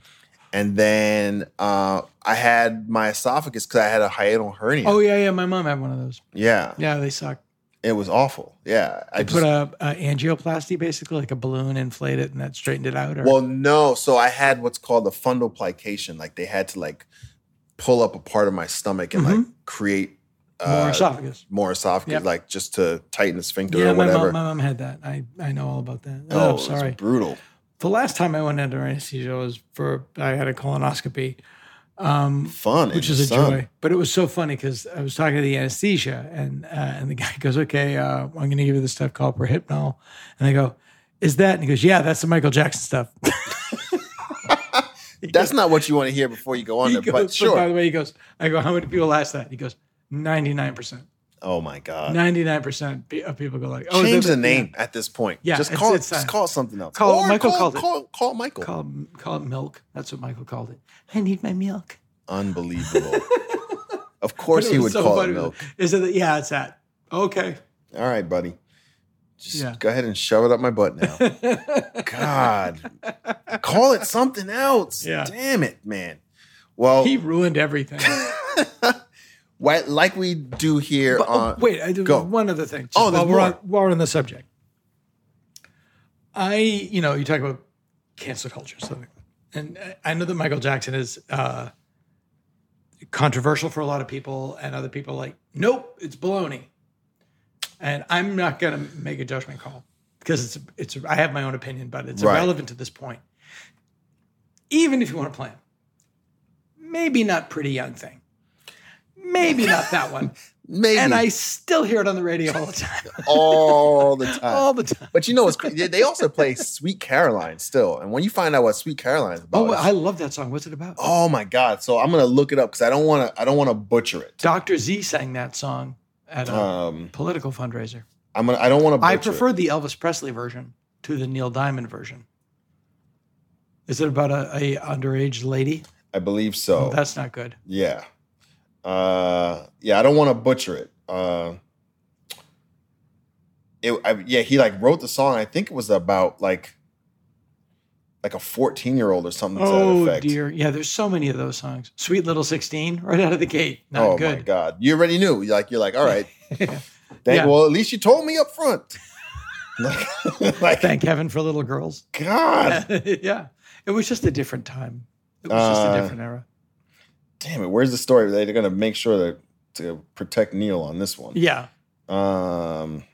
Speaker 1: and then uh, I had my esophagus because I had a hiatal hernia.
Speaker 2: oh yeah, yeah. My mom had one of those.
Speaker 1: yeah,
Speaker 2: Yeah, they suck.
Speaker 1: it was awful. Yeah, I
Speaker 2: I
Speaker 1: just
Speaker 2: put a, a angioplasty, basically like a balloon, inflate it, and that straightened it out. Or,
Speaker 1: well no. So I had what's called a fundoplication. Like they had to like pull up a part of my stomach and like create uh,
Speaker 2: Mm-hmm. more esophagus.
Speaker 1: more esophagus,
Speaker 2: Yep.
Speaker 1: like just to tighten the sphincter
Speaker 2: Yeah,
Speaker 1: or
Speaker 2: my
Speaker 1: whatever.
Speaker 2: mom, my mom had that. I, I know all about that.
Speaker 1: oh,
Speaker 2: Oh,
Speaker 1: it's
Speaker 2: sorry.
Speaker 1: brutal.
Speaker 2: The last time I went under anesthesia was for I had a colonoscopy, um,
Speaker 1: Fun,
Speaker 2: which
Speaker 1: in
Speaker 2: is
Speaker 1: the
Speaker 2: a
Speaker 1: sun.
Speaker 2: joy. But it was so funny because I was talking to the anesthesia, and uh, and the guy goes, "Okay, uh, I'm going to give you this stuff called Prohypnol," and I go, "Is that?" And he goes, "Yeah, that's the Michael Jackson stuff."
Speaker 1: That's not what you want to hear before you go on
Speaker 2: He
Speaker 1: there,
Speaker 2: goes,
Speaker 1: but sure.
Speaker 2: By the way, he goes, "I go, how many people ask that?" He goes, 99 percent."
Speaker 1: oh my god.
Speaker 2: Ninety-nine percent of people go like, "Oh,
Speaker 1: change
Speaker 2: that-
Speaker 1: the name at this point.
Speaker 2: Yeah,
Speaker 1: just
Speaker 2: it's-
Speaker 1: call
Speaker 2: it's
Speaker 1: it. Just
Speaker 2: time.
Speaker 1: call it something else.
Speaker 2: Call- Michael
Speaker 1: call,
Speaker 2: called it.
Speaker 1: call, call Michael.
Speaker 2: Yeah. Call it- call it milk. That's what Michael called it. I need my milk.
Speaker 1: Unbelievable. of course
Speaker 2: But
Speaker 1: he
Speaker 2: was
Speaker 1: would
Speaker 2: so
Speaker 1: call it
Speaker 2: funny.
Speaker 1: milk.
Speaker 2: Is it? Yeah, it's that. Okay.
Speaker 1: All right, buddy. Just
Speaker 2: Yeah.
Speaker 1: go ahead and shove it up my butt now. God, call it something else.
Speaker 2: Yeah.
Speaker 1: Damn it, man. Well,
Speaker 2: he ruined everything.
Speaker 1: why- like we do here
Speaker 2: But, oh,
Speaker 1: on.
Speaker 2: wait, I do
Speaker 1: go.
Speaker 2: one other thing.
Speaker 1: Oh, there's
Speaker 2: just while we're on,
Speaker 1: more.
Speaker 2: while we're on the subject, I you know you talk about cancel culture or something, and I- I know that Michael Jackson is uh, controversial for a lot of people, and other people are like, nope, it's baloney, and I'm not going to make a judgment call because it's it's I have my own opinion, but it's
Speaker 1: Right.
Speaker 2: irrelevant to this point. Even if you want to play him, maybe not pretty young thing. Maybe not that one.
Speaker 1: Maybe
Speaker 2: and I still hear it on the radio all the time.
Speaker 1: all the time.
Speaker 2: all the time.
Speaker 1: But you know, it's cra- they they also play Sweet Caroline still. And when you find out what Sweet Caroline's about,
Speaker 2: Oh,
Speaker 1: it's
Speaker 2: I love that song. What's it about?
Speaker 1: Oh my god! So I'm gonna look it up because I don't want to. I don't want to butcher it.
Speaker 2: Dr. Z sang that song at a
Speaker 1: Um,
Speaker 2: political fundraiser.
Speaker 1: I'm gonna. I don't want to.
Speaker 2: I prefer the Elvis Presley version to the Neil Diamond version. Is it about a, a underage lady?
Speaker 1: I believe so.
Speaker 2: That's not good.
Speaker 1: yeah. Uh, yeah. I don't want to butcher it. Uh, it. I, yeah. He like wrote the song. I think it was about like, like a 14 year old or something to that
Speaker 2: Oh
Speaker 1: effect.
Speaker 2: dear. Yeah, there's so many of those songs. Sweet Little 16, right out of the gate. Not
Speaker 1: oh my
Speaker 2: good.
Speaker 1: god! You already knew. You're like you're like all right. Thank,
Speaker 2: Yeah.
Speaker 1: Well, at least you told me up front. like, like,
Speaker 2: Thank heaven for little girls.
Speaker 1: God.
Speaker 2: yeah. It was just a different time. It was just
Speaker 1: Uh,
Speaker 2: a different era.
Speaker 1: damn it, where's the story? They're gonna make sure that to protect Neil on this one.
Speaker 2: Yeah.
Speaker 1: Um.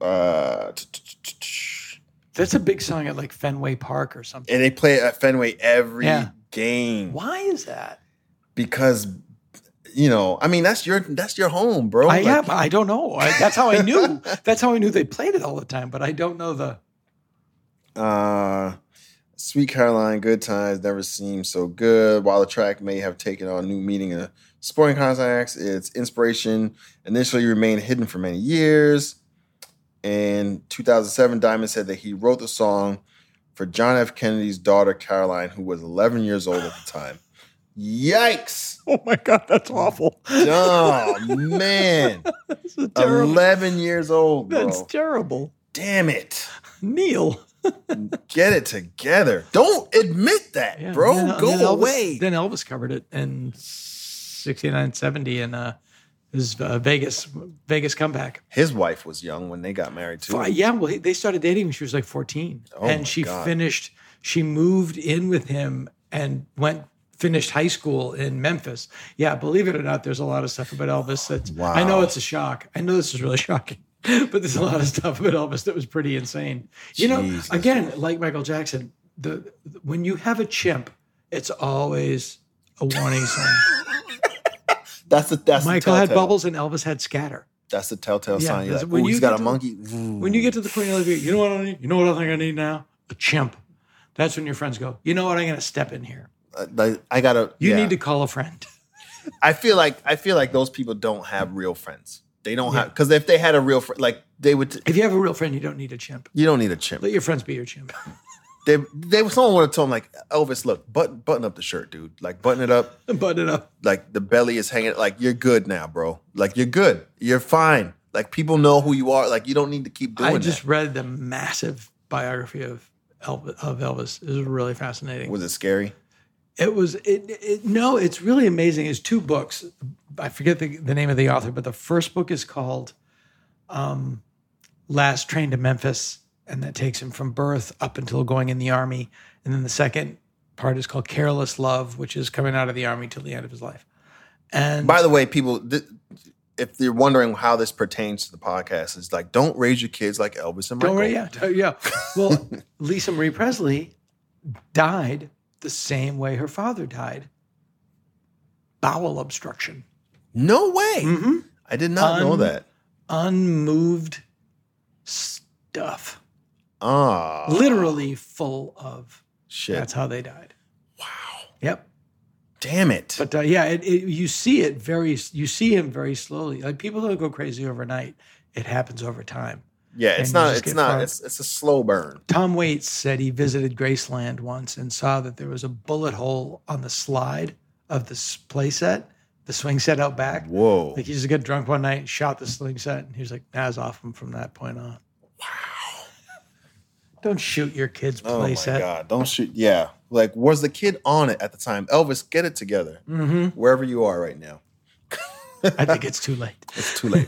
Speaker 1: Uh, t- t- t- t- t-
Speaker 2: That's a big song at like Fenway Park or something.
Speaker 1: and they play it at Fenway every
Speaker 2: Yeah.
Speaker 1: game
Speaker 2: Why is that?
Speaker 1: because you know, I mean, that's your that's your home, bro.
Speaker 2: I
Speaker 1: Like,
Speaker 2: yeah, I don't know. I, that's how I knew. that's how I knew they played it all the time. But I don't know the.
Speaker 1: Uh, Sweet Caroline, good times never seemed so good. While the track may have taken on new meaning in sporting contexts, its inspiration initially remained hidden for many years. In 2007, Diamond said that he wrote the song for John F. Kennedy's daughter Caroline, who was 11 years old at the time. Yikes!
Speaker 2: Oh my god, that's awful.
Speaker 1: Oh man,
Speaker 2: This is terrible.
Speaker 1: 11 years old, bro.
Speaker 2: that's terrible.
Speaker 1: Damn it.
Speaker 2: Neil,
Speaker 1: Get it together. Don't admit that,
Speaker 2: Yeah,
Speaker 1: bro.
Speaker 2: and then-
Speaker 1: Go
Speaker 2: and then Elvis-
Speaker 1: away.
Speaker 2: Then Elvis covered it in 69, 70 in uh, his uh, Vegas Vegas comeback.
Speaker 1: His wife was young when they got married too.
Speaker 2: Fi- yeah, well, he- they started dating when she was like 14.
Speaker 1: Oh my
Speaker 2: and she
Speaker 1: God.
Speaker 2: finished, she moved in with him and went, finished high school in Memphis. Yeah, believe it or not, there's a lot of stuff about Elvis that I know
Speaker 1: Wow.
Speaker 2: it's a shock. I know this is really shocking. but there's a lot of stuff about Elvis that was pretty insane. You know,
Speaker 1: Jesus.
Speaker 2: again, like Michael Jackson, the when you have a chimp, it's always a warning sign.
Speaker 1: That's the that's
Speaker 2: Michael
Speaker 1: the
Speaker 2: had
Speaker 1: telltale.
Speaker 2: bubbles and Elvis had scatter.
Speaker 1: That's the telltale
Speaker 2: Yeah,
Speaker 1: sign. You're
Speaker 2: that's-
Speaker 1: like,
Speaker 2: when
Speaker 1: Ooh,
Speaker 2: you
Speaker 1: he's got
Speaker 2: get
Speaker 1: a
Speaker 2: to-
Speaker 1: monkey.
Speaker 2: When you get to the point of you know what I need? You know what I think I need now? A chimp. That's when your friends go, you know what, I'm gonna step in here.
Speaker 1: Uh, like, I gotta.
Speaker 2: You
Speaker 1: yeah.
Speaker 2: need to call a friend.
Speaker 1: I feel like I feel like those people don't have real friends. They don't
Speaker 2: Yeah.
Speaker 1: have because if they had a real friend, like they would. t-
Speaker 2: If you have a real friend, you don't need a chimp.
Speaker 1: you don't need a chimp.
Speaker 2: Let your friends be your chimp.
Speaker 1: They, they someone would have told him like Elvis, look, button button up the shirt, dude. Like button it up.
Speaker 2: Button it up.
Speaker 1: Like the belly is hanging. Like you're good now, bro. Like you're good. You're fine. Like people know who you are. Like you don't need to keep doing
Speaker 2: I just read the massive biography of Elvis. Of Elvis. It was really
Speaker 1: that.
Speaker 2: fascinating.
Speaker 1: Was it scary?
Speaker 2: It was it, it no, it's really amazing. It's two books. I forget the, the name of the author, but the first book is called um, "Last Train to Memphis," and that takes him from birth up until going in the army. And then the second part is called "Careless Love," which is coming out of the army till the end of his life. And
Speaker 1: By the way, people, th- if you're wondering how this pertains to the podcast, it's like don't raise your kids like Elvis and Michael.
Speaker 2: Don't worry. Yeah. t- Yeah. Well, Lisa Marie Presley died the same way her father died bowel obstruction.
Speaker 1: No way.
Speaker 2: Mm-hmm.
Speaker 1: I did not know
Speaker 2: Un-
Speaker 1: that.
Speaker 2: Unmoved stuff.
Speaker 1: Ah,
Speaker 2: Literally full of.
Speaker 1: shit.
Speaker 2: That's how they died.
Speaker 1: wow.
Speaker 2: Yep.
Speaker 1: Damn it.
Speaker 2: But uh, yeah, it, it, you see it very, you see him very slowly. Like people don't go crazy overnight, it happens over time.
Speaker 1: yeah,
Speaker 2: and
Speaker 1: it's
Speaker 2: you
Speaker 1: not.
Speaker 2: just
Speaker 1: It's
Speaker 2: get
Speaker 1: not.
Speaker 2: fired.
Speaker 1: It's it's a slow burn.
Speaker 2: Tom Waits said he visited Graceland once and saw that there was a bullet hole on the slide of this play set, the swing set out back.
Speaker 1: Whoa.
Speaker 2: Like he just got drunk one night and shot the swing set, and he was like, "Nah, it's off him from that point on." Wow. Don't shoot your kids'
Speaker 1: oh
Speaker 2: play
Speaker 1: my
Speaker 2: set.
Speaker 1: god. Don't shoot. Yeah. Like, was the kid on it at the time? Elvis, get it together.
Speaker 2: hmm
Speaker 1: Wherever you are right now,
Speaker 2: I think it's too late.
Speaker 1: it's too late.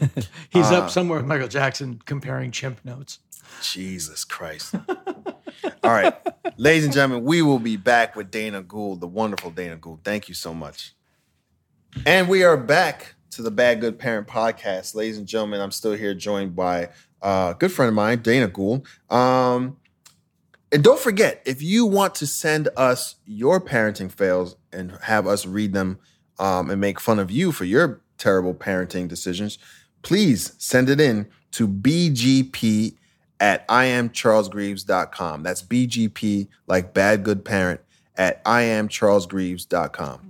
Speaker 2: He's
Speaker 1: Ah.
Speaker 2: up somewhere with Michael Jackson comparing chimp notes.
Speaker 1: Jesus Christ. All right, ladies and gentlemen, we will be back with Dana Gould, the wonderful Dana Gould. Thank you so much. And we are back to the Bad Good Parent podcast, ladies and gentlemen. I'm still here, joined by uh, a good friend of mine, Dana Gould. Um, and don't forget, if you want to send us your parenting fails and have us read them um, and make fun of you for your terrible parenting decisions, please send it in to bgp at iamcharlesgreaves.com. That's bgp, like bad good parent, at iamcharlesgreaves.com.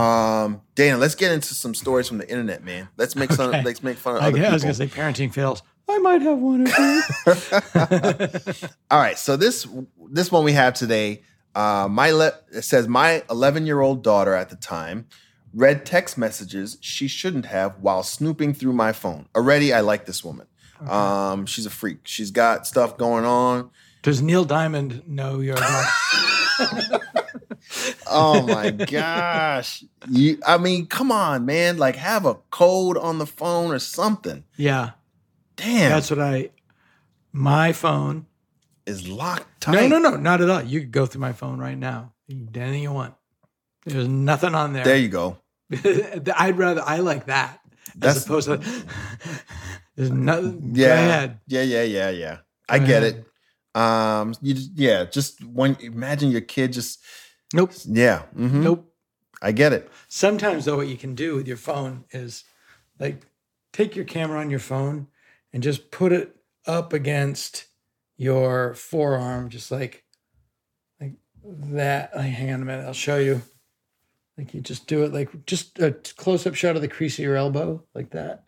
Speaker 1: Um, Dana, let's get into some stories from the internet, man. Let's make some.
Speaker 2: Okay.
Speaker 1: Let's make fun of
Speaker 2: I,
Speaker 1: Uh, other
Speaker 2: guess- I was
Speaker 1: people.
Speaker 2: gonna say parenting fails. I might have one or two.
Speaker 1: All right, so this this one we have today, uh, my le- it says my 11 year old daughter at the time read text messages she shouldn't have while snooping through my phone. Already, I like this woman. Um, she's a freak. She's got stuff going on.
Speaker 2: Does Neil Diamond know your?
Speaker 1: Oh my gosh! You, I mean, come on, man. Like, have a code on the phone or something.
Speaker 2: yeah.
Speaker 1: Damn,
Speaker 2: That's what I. My phone.
Speaker 1: is locked
Speaker 2: No,
Speaker 1: tight.
Speaker 2: no, no, not at all. You could go through my phone right now. Anything you want. There's nothing on
Speaker 1: There
Speaker 2: there.
Speaker 1: you go.
Speaker 2: I'd rather I like that
Speaker 1: That's-
Speaker 2: as opposed to. there's nothing.
Speaker 1: Yeah.
Speaker 2: Go ahead.
Speaker 1: Yeah, yeah, yeah, yeah. I get
Speaker 2: ahead.
Speaker 1: it. Um, you just, yeah, just when imagine your kid just
Speaker 2: Nope.
Speaker 1: yeah, mhm.
Speaker 2: Nope.
Speaker 1: I get it.
Speaker 2: Sometimes though, what you can do with your phone is, like, take your camera on your phone and just put it up against your forearm, just like, like that. Like, hang on a minute. I'll show you. Like you just do it like just a close up shot of the crease of your elbow like that,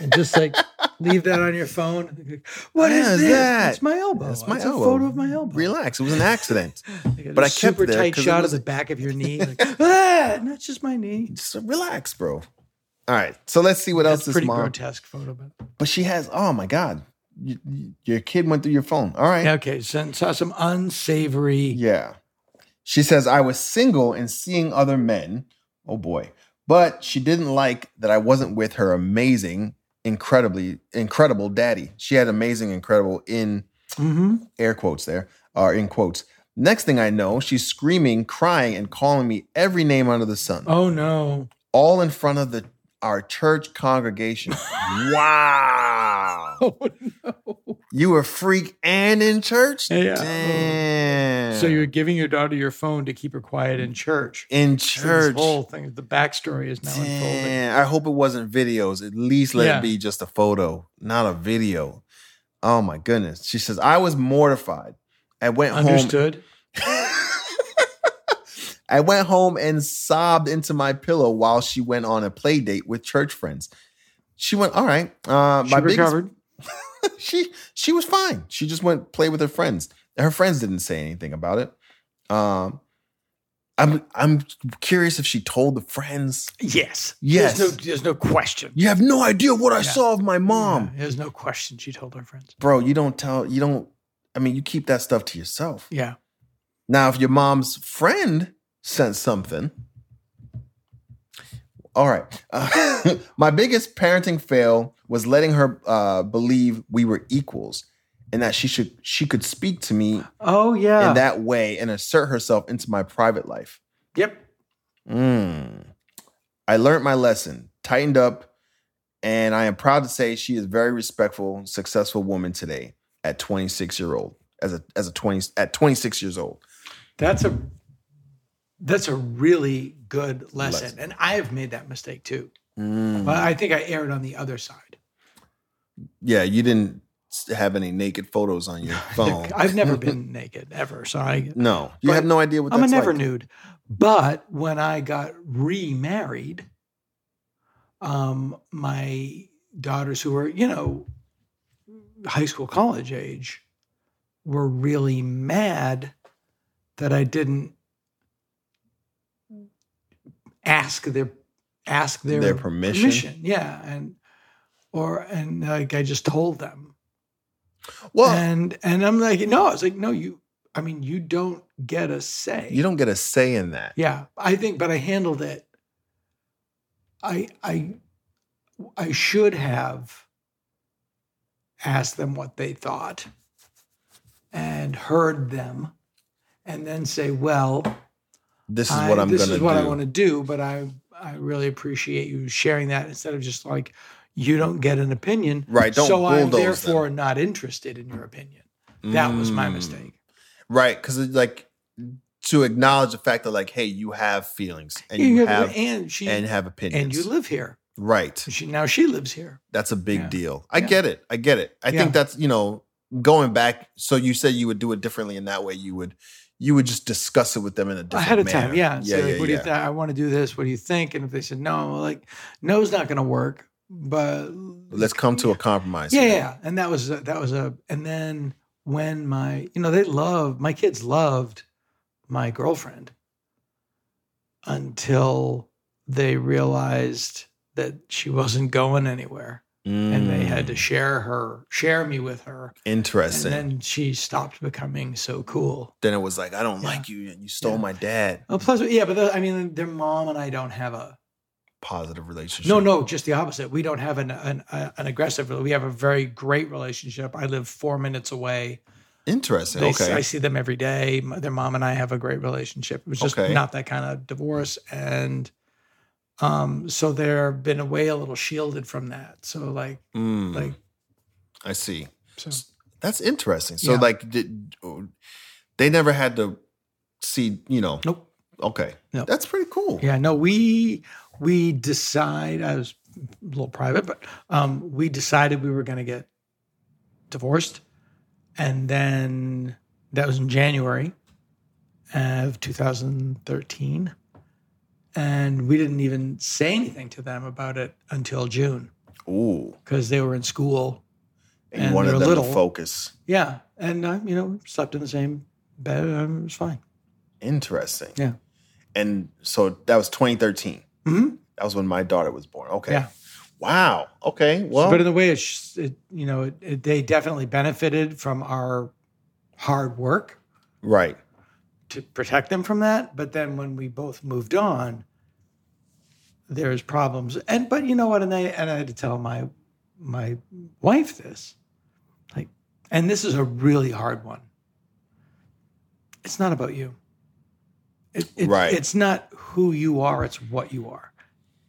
Speaker 2: and just like leave that on your phone. What is
Speaker 1: Yeah, is
Speaker 2: this?
Speaker 1: that-
Speaker 2: It's my elbow.
Speaker 1: That's my
Speaker 2: It's
Speaker 1: elbow.
Speaker 2: A photo of my elbow.
Speaker 1: Relax. It was an accident.
Speaker 2: Like
Speaker 1: But
Speaker 2: but
Speaker 1: I
Speaker 2: I
Speaker 1: kept
Speaker 2: super
Speaker 1: there
Speaker 2: tight
Speaker 1: 'cause it
Speaker 2: shot
Speaker 1: was
Speaker 2: of the back of your knee. Like, ah, not just my knee.
Speaker 1: just uh, relax, bro. All right. So let's see what
Speaker 2: That's
Speaker 1: else this
Speaker 2: pretty
Speaker 1: mom.
Speaker 2: grotesque photo. But.
Speaker 1: But she has. Oh my God. Y- y- your kid went through your phone. All right.
Speaker 2: Yeah, Okay, so saw some unsavory.
Speaker 1: Yeah. She says, I was single and seeing other men. Oh boy. But she didn't like that I wasn't with her amazing, incredibly, incredible daddy. She had amazing, incredible in
Speaker 2: hmm
Speaker 1: air quotes there, or in quotes. Next thing I know, she's screaming, crying, and calling me every name under the sun,
Speaker 2: Oh no!
Speaker 1: all in front of the our church congregation. wow.
Speaker 2: Oh no!
Speaker 1: You were freak and in church?
Speaker 2: Yeah.
Speaker 1: Damn.
Speaker 2: So you're giving your daughter your phone to keep her quiet in church.
Speaker 1: in
Speaker 2: So this
Speaker 1: church.
Speaker 2: whole thing. The backstory is now unfolding.
Speaker 1: Damn. I hope it wasn't videos. At least let
Speaker 2: Yeah.
Speaker 1: it be just a photo, not a video. Oh my goodness. She says, I was mortified. I went home
Speaker 2: Understood.
Speaker 1: I went home and sobbed into my pillow while she went on a play date with church friends. She went, all right. Uh,
Speaker 2: She
Speaker 1: my biggest,
Speaker 2: recovered.
Speaker 1: she she was fine. She just went play with her friends. Her friends didn't say anything about it. Um, I'm I'm curious if she told the friends.
Speaker 2: Yes.
Speaker 1: Yes.
Speaker 2: There's no, there's no question.
Speaker 1: You have no idea what I
Speaker 2: Yeah.
Speaker 1: saw of my mom,
Speaker 2: Yeah, there's no question. She told her friends.
Speaker 1: bro. You don't tell. You don't. I mean, you keep that stuff to yourself.
Speaker 2: Yeah.
Speaker 1: Now, if your mom's friend sent something, all right. Uh, my biggest parenting fail was letting her uh, believe we were equals and that she should she could speak to me
Speaker 2: Oh yeah.
Speaker 1: in that way and assert herself into my private life.
Speaker 2: yep.
Speaker 1: Mm. I learned my lesson, tightened up, and I am proud to say she is a very respectful, successful woman today at 26 year old as a as a 20 at 26 years old.
Speaker 2: That's a that's a really good lesson.
Speaker 1: Lesson.
Speaker 2: And I have made that mistake too.
Speaker 1: Mm.
Speaker 2: But I think I erred on the other side.
Speaker 1: Yeah, you didn't s- have any naked photos on your phone.
Speaker 2: I've never been naked ever. So I
Speaker 1: no, you
Speaker 2: But
Speaker 1: have no idea what
Speaker 2: I'm a
Speaker 1: that's
Speaker 2: never
Speaker 1: like.
Speaker 2: nude. But when I got remarried, um, my daughters who were, you know, high school, college age, were really mad that I didn't ask their ask their,
Speaker 1: Their permission?
Speaker 2: Yeah. And or and like I just told them.
Speaker 1: Well,
Speaker 2: And and I'm like, no, I was like, no, you. I mean, you don't get a say.
Speaker 1: you don't get a say in that.
Speaker 2: Yeah, I think, but I handled it. I I I should have asked them what they thought and heard them, and then say, well,
Speaker 1: This is what
Speaker 2: I-
Speaker 1: I'm
Speaker 2: this
Speaker 1: going to
Speaker 2: is
Speaker 1: do.
Speaker 2: what I want to do, but I I really appreciate you sharing that instead of just like you don't get an opinion.
Speaker 1: Right, don't
Speaker 2: so I'm
Speaker 1: bulldoze them.
Speaker 2: therefore not interested in your opinion. That was my
Speaker 1: Mm.
Speaker 2: mistake.
Speaker 1: Right, because like to acknowledge the fact that like, hey, you have feelings and
Speaker 2: Yeah,
Speaker 1: you
Speaker 2: you
Speaker 1: have
Speaker 2: and she
Speaker 1: and
Speaker 2: and,
Speaker 1: have opinions.
Speaker 2: you live here.
Speaker 1: right,
Speaker 2: She now she lives here.
Speaker 1: that's a big
Speaker 2: Yeah.
Speaker 1: deal. I
Speaker 2: Yeah.
Speaker 1: get it. I get it. I
Speaker 2: Yeah.
Speaker 1: think that's you know going back. So you said you would do it differently in that way. You would you would just discuss it with them in a different
Speaker 2: ahead of time.
Speaker 1: manner.
Speaker 2: Yeah. and
Speaker 1: yeah,
Speaker 2: say, like,
Speaker 1: yeah,
Speaker 2: what do you
Speaker 1: yeah.
Speaker 2: think? I want to do this. What do you think? And if they said no, I'm like no's not going to work. But
Speaker 1: Let's come to a compromise.
Speaker 2: yeah,
Speaker 1: here.
Speaker 2: yeah. And that was a, that was a. And then when my you know they love my kids loved my girlfriend until they realized that she wasn't going anywhere and they had to
Speaker 1: Mm,
Speaker 2: share her share me with her and
Speaker 1: interesting.
Speaker 2: then she stopped becoming so cool
Speaker 1: then it was like, I don't
Speaker 2: Yeah.
Speaker 1: like you. You stole
Speaker 2: Yeah.
Speaker 1: my dad.
Speaker 2: oh plus yeah but the, i mean their mom and i don't have a
Speaker 1: Positive relationship.
Speaker 2: No, no, just the opposite. We don't have an an, uh, an aggressive. We have a very great relationship. I live four minutes away.
Speaker 1: Interesting.
Speaker 2: They-
Speaker 1: okay.
Speaker 2: I see them every day. My- Their mom and I have a great relationship. It was just
Speaker 1: Okay.
Speaker 2: not that kind of divorce, and um, so they're been away a little shielded from that. So like
Speaker 1: Mm,
Speaker 2: like
Speaker 1: I see.
Speaker 2: so
Speaker 1: That's interesting. So
Speaker 2: Yeah.
Speaker 1: like, did, they never had to see. You know.
Speaker 2: nope.
Speaker 1: Okay.
Speaker 2: No.
Speaker 1: That's pretty cool.
Speaker 2: Yeah, no, we we decide. I was a little private, but um, we decided we were going to get divorced, and then that was in January of 2013, and we didn't even say anything to them about it until June
Speaker 1: Ooh.
Speaker 2: because they were in school.
Speaker 1: And,
Speaker 2: And
Speaker 1: you wanted
Speaker 2: they're
Speaker 1: them to
Speaker 2: little.
Speaker 1: focus.
Speaker 2: Yeah, and uh, you know, we slept in the same bed. Um, it was fine.
Speaker 1: Interesting.
Speaker 2: Yeah.
Speaker 1: And so that was 2013.
Speaker 2: Mhm.
Speaker 1: That was when my daughter was born. Okay.
Speaker 2: Yeah.
Speaker 1: Wow. Okay. Well.
Speaker 2: but in a way, it's it, you know, it, it, they definitely benefited from our hard work
Speaker 1: right.
Speaker 2: to protect them from that. But then when we both moved on, there's problems. And but you know what? And I and I had to tell my my wife this, like, and this is a really hard one. It's not about you. It, it,
Speaker 1: Right.
Speaker 2: It's not who you are. It's what you are.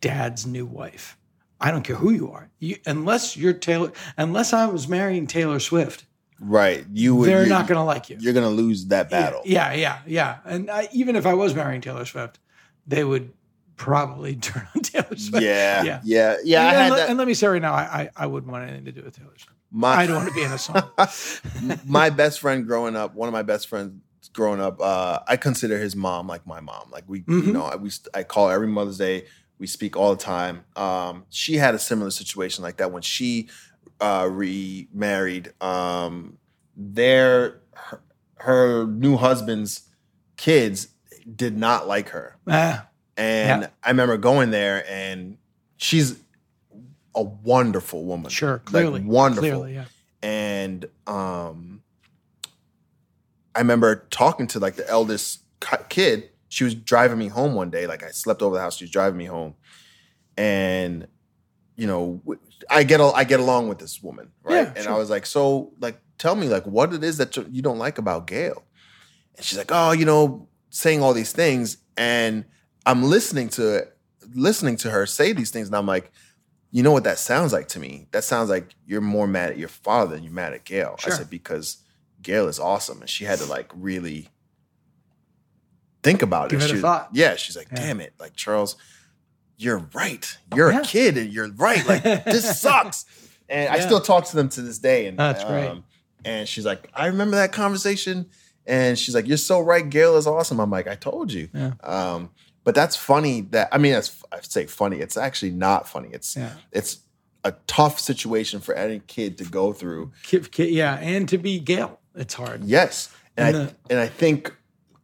Speaker 2: Dad's new wife. I don't care who you are. You, unless you're Taylor, unless I was marrying Taylor Swift,
Speaker 1: Right. You would.
Speaker 2: they're
Speaker 1: you're,
Speaker 2: not going to like you.
Speaker 1: You're gonna lose that battle.
Speaker 2: Yeah, yeah, yeah. And I, even if I was marrying Taylor Swift, they would probably turn on Taylor Swift.
Speaker 1: Yeah.
Speaker 2: Yeah.
Speaker 1: Yeah. Yeah.
Speaker 2: and,
Speaker 1: I had
Speaker 2: and, let,
Speaker 1: that. Uh,
Speaker 2: and let me say right now, I, I, I wouldn't want anything to do with Taylor Swift.
Speaker 1: My,
Speaker 2: I don't want to be in a song.
Speaker 1: my best friend growing up, one of my best friends growing up, uh, I consider his mom like my mom. Like we, you
Speaker 2: Mhm.
Speaker 1: know, I, we st- I call every Mother's Day. We speak all the time. Um, she had a similar situation like that when she uh, remarried. Um, their her, her new husband's kids did not like her.
Speaker 2: Ah,
Speaker 1: And I remember going there, and she's a wonderful woman.
Speaker 2: sure, clearly,
Speaker 1: wonderful.
Speaker 2: clearly, yeah.
Speaker 1: And um, I remember talking to like the eldest ki- kid. She was driving me home one day. Like I slept over the house. She was driving me home, and you know, w- I get al- I get along with this woman, right?
Speaker 2: Yeah,
Speaker 1: and
Speaker 2: sure.
Speaker 1: I was like, so like, tell me like what it is that you you don't like about Gail. And she's like, oh, you know, saying all these things, and I'm listening to listening to her say these things, and I'm like, you know what that sounds like to me? That sounds like you're more mad at your father than you're mad at Gail.
Speaker 2: Sure.
Speaker 1: I said because Gail is awesome, and she had to like really think about
Speaker 2: Give
Speaker 1: it.
Speaker 2: it a
Speaker 1: She was-
Speaker 2: thought.
Speaker 1: Yeah, she's like,
Speaker 2: Yeah.
Speaker 1: damn it, like Charles, you're right. You're
Speaker 2: Yeah.
Speaker 1: a kid, and you're right. Like this sucks. And I
Speaker 2: Yeah.
Speaker 1: still talk to them to this day. And um,
Speaker 2: That's great.
Speaker 1: and she's like, I remember that conversation. And she's like, You're so right. Gail is awesome. I'm like, I told you.
Speaker 2: Yeah.
Speaker 1: Um, but that's funny. That I mean, that's I say funny. It's actually not funny. It's
Speaker 2: Yeah.
Speaker 1: it's a tough situation for any kid to go through.
Speaker 2: Ki- ki- yeah, and to be Gail, it's hard.
Speaker 1: Yes, and
Speaker 2: And
Speaker 1: I, and I think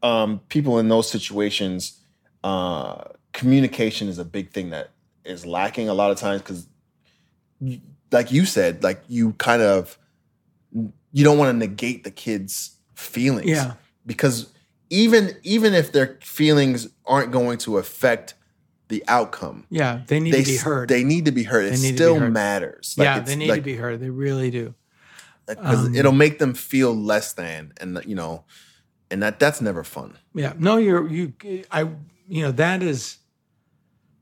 Speaker 1: um, people in those situations, uh, communication is a big thing that is lacking a lot of times because, like you said, like you kind of you don't want to negate the kids' feelings,
Speaker 2: Yeah,
Speaker 1: because even even if their feelings aren't going to affect the outcome,
Speaker 2: yeah. They need
Speaker 1: they
Speaker 2: to be
Speaker 1: s-
Speaker 2: heard.
Speaker 1: They need to be heard.
Speaker 2: They
Speaker 1: It
Speaker 2: need to be
Speaker 1: still
Speaker 2: heard.
Speaker 1: matters.
Speaker 2: yeah,
Speaker 1: it's
Speaker 2: they need
Speaker 1: like-
Speaker 2: to be heard. They really do.
Speaker 1: like, 'cause
Speaker 2: Um,
Speaker 1: it'll make them feel less than, and you know, and that that's never fun.
Speaker 2: Yeah. No, you're you I you know, that is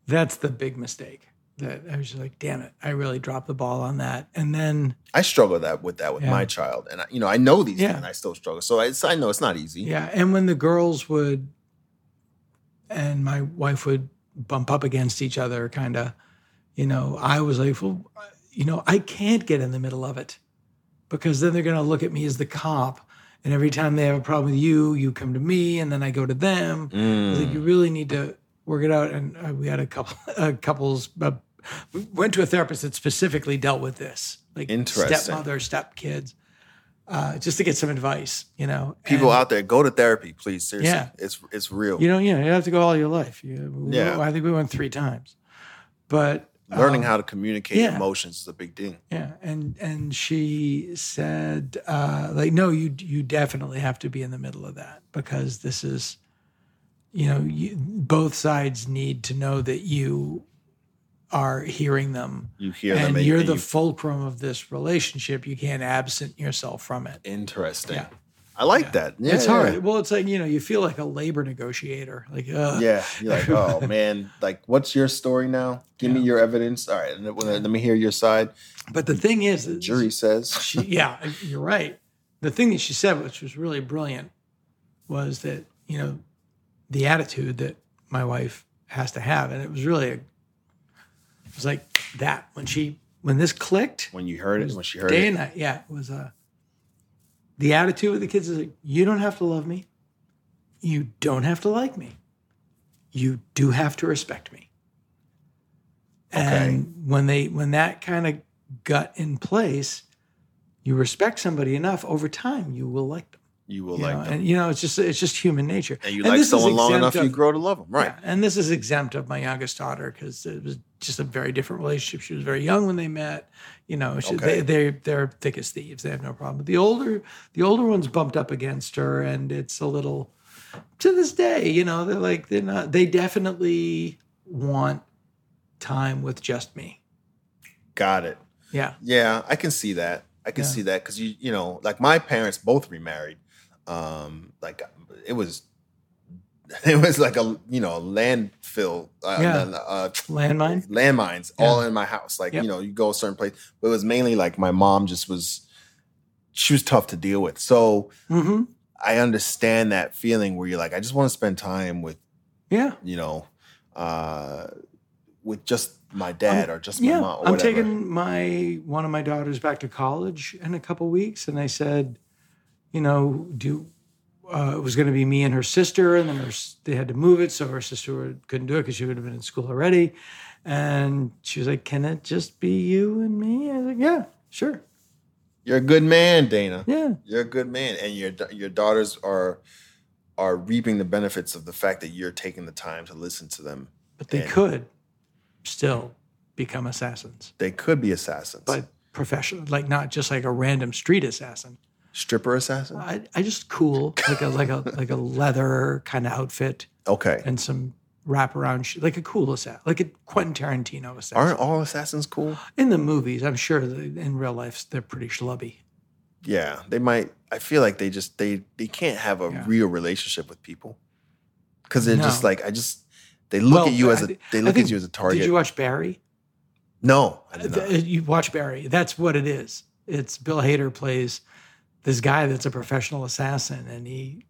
Speaker 2: that's the big mistake. That I was just like, damn it, I really dropped the ball on that. And then
Speaker 1: I struggle that with that with
Speaker 2: Yeah.
Speaker 1: my child, and I, you know, I know these
Speaker 2: Yeah.
Speaker 1: things, and I still struggle. So I, so I know it's not easy.
Speaker 2: yeah, and when the girls would and my wife would bump up against each other kind of, you know, I was like, well, you know, I can't get in the middle of it because then they're going to look at me as the cop. And every time they have a problem with you, you come to me and then I go to them. I
Speaker 1: Mm.
Speaker 2: was like, you really need to work it out. And uh, we had a couple, a couples, uh, we went to a therapist that specifically dealt with this, like
Speaker 1: Interesting.
Speaker 2: stepmother, stepkids, uh, just to get some advice, you know.
Speaker 1: People
Speaker 2: And,
Speaker 1: out there, go to therapy, please. Seriously,
Speaker 2: Yeah.
Speaker 1: it's it's real.
Speaker 2: you know, you know, you have to go all your life. You,
Speaker 1: Yeah.
Speaker 2: I think we went three times, but
Speaker 1: Learning
Speaker 2: um,
Speaker 1: how to communicate
Speaker 2: yeah.
Speaker 1: emotions is a big thing.
Speaker 2: Yeah, and and she said, uh, like, no, you you definitely have to be in the middle of that because this is, you know, you, both sides need to know that you are hearing them,
Speaker 1: You hear
Speaker 2: and
Speaker 1: them, and
Speaker 2: you're
Speaker 1: and
Speaker 2: the
Speaker 1: you-
Speaker 2: fulcrum of this relationship. You can't absent yourself from it.
Speaker 1: interesting.
Speaker 2: Yeah.
Speaker 1: I like
Speaker 2: Yeah.
Speaker 1: that. Yeah,
Speaker 2: it's
Speaker 1: yeah.
Speaker 2: hard. Well, it's like you know, you feel like a labor negotiator. Like, uh,
Speaker 1: Yeah, you're like, oh man, like, what's your story now? Give me
Speaker 2: Yeah.
Speaker 1: your evidence. All right, and then- let me hear your side.
Speaker 2: But the thing is, is-
Speaker 1: Jury says,
Speaker 2: she, yeah, you're right. The thing that she said, which was really brilliant, was that you know the attitude that my wife has to have, and it was really, a, it was like that when she when this clicked
Speaker 1: when you heard it, when she heard
Speaker 2: day
Speaker 1: it,
Speaker 2: and night. Yeah, it was uh, the attitude of the kids is like, you don't have to love me, you don't have to like me, you do have to respect me. And when they when that kind of got in place, you respect somebody enough over time, you will like them.
Speaker 1: you will
Speaker 2: you
Speaker 1: like
Speaker 2: know?
Speaker 1: them.
Speaker 2: And you know, it's just it's just human nature.
Speaker 1: and you like
Speaker 2: this is
Speaker 1: someone long
Speaker 2: exempt
Speaker 1: enough, you
Speaker 2: of-
Speaker 1: grow to love them, right?
Speaker 2: yeah, and this is exempt of my youngest daughter because it was just a very different relationship. She was very young when they met. You know, she,
Speaker 1: Okay.
Speaker 2: they they they're thick as thieves. They have no problem. But the older the older ones bumped up against her, and it's a little to this day. You know, they're like they're not. They definitely want time with just me.
Speaker 1: Got it.
Speaker 2: Yeah,
Speaker 1: Yeah, I can see that. I can
Speaker 2: Yeah.
Speaker 1: see that because you, you know, like my parents both remarried. Um, like it was it was like a you know a landfill, uh,
Speaker 2: Yeah.
Speaker 1: uh, uh,
Speaker 2: landmine.
Speaker 1: landmines
Speaker 2: Yeah.
Speaker 1: all in my house. Like
Speaker 2: Yep.
Speaker 1: you know, you go a certain place, but it was mainly like my mom just was. She was tough to deal with, so
Speaker 2: Mm-hmm.
Speaker 1: I understand that feeling where you're like, I just want to spend time with
Speaker 2: Yeah.
Speaker 1: you know, uh, with just my dad or just my
Speaker 2: yeah,
Speaker 1: mom. Or
Speaker 2: I'm
Speaker 1: whatever.
Speaker 2: taking my one of my daughters back to college in a couple weeks, and they said, you know, do uh, it was going to be me and her sister, and then her, s- they had to move it, so her sister would- couldn't do it because she would have been in school already. And she was like, "Can it just be you and me?" I was like, "Yeah, sure,
Speaker 1: You're a good man, Dana.
Speaker 2: yeah,
Speaker 1: You're a good man, and your da- your daughters are are reaping the benefits of the fact that you're taking the time to listen to them.
Speaker 2: But they
Speaker 1: And-
Speaker 2: could still become assassins,
Speaker 1: They could be assassins,
Speaker 2: but professional, like not just like a random street assassin.
Speaker 1: stripper assassin.
Speaker 2: I, I just cool, like a like a like a leather kind of outfit
Speaker 1: Okay,
Speaker 2: and some wraparound, sh- like a cool assassin, like a Quentin Tarantino assassin.
Speaker 1: aren't all assassins cool?
Speaker 2: in the movies, I'm sure that in real life they're pretty schlubby.
Speaker 1: Yeah, they might. I feel like they just they they can't have a
Speaker 2: Yeah.
Speaker 1: real relationship with people because they're just
Speaker 2: No.
Speaker 1: like I just they look
Speaker 2: Well,
Speaker 1: at you as
Speaker 2: I
Speaker 1: a
Speaker 2: thi-
Speaker 1: they look
Speaker 2: think-
Speaker 1: at you as a target.
Speaker 2: Did you watch Barry?
Speaker 1: no, I did
Speaker 2: Th-
Speaker 1: not.
Speaker 2: You watch Barry. That's what it is. It's Bill Hader plays this guy that's a professional assassin, and he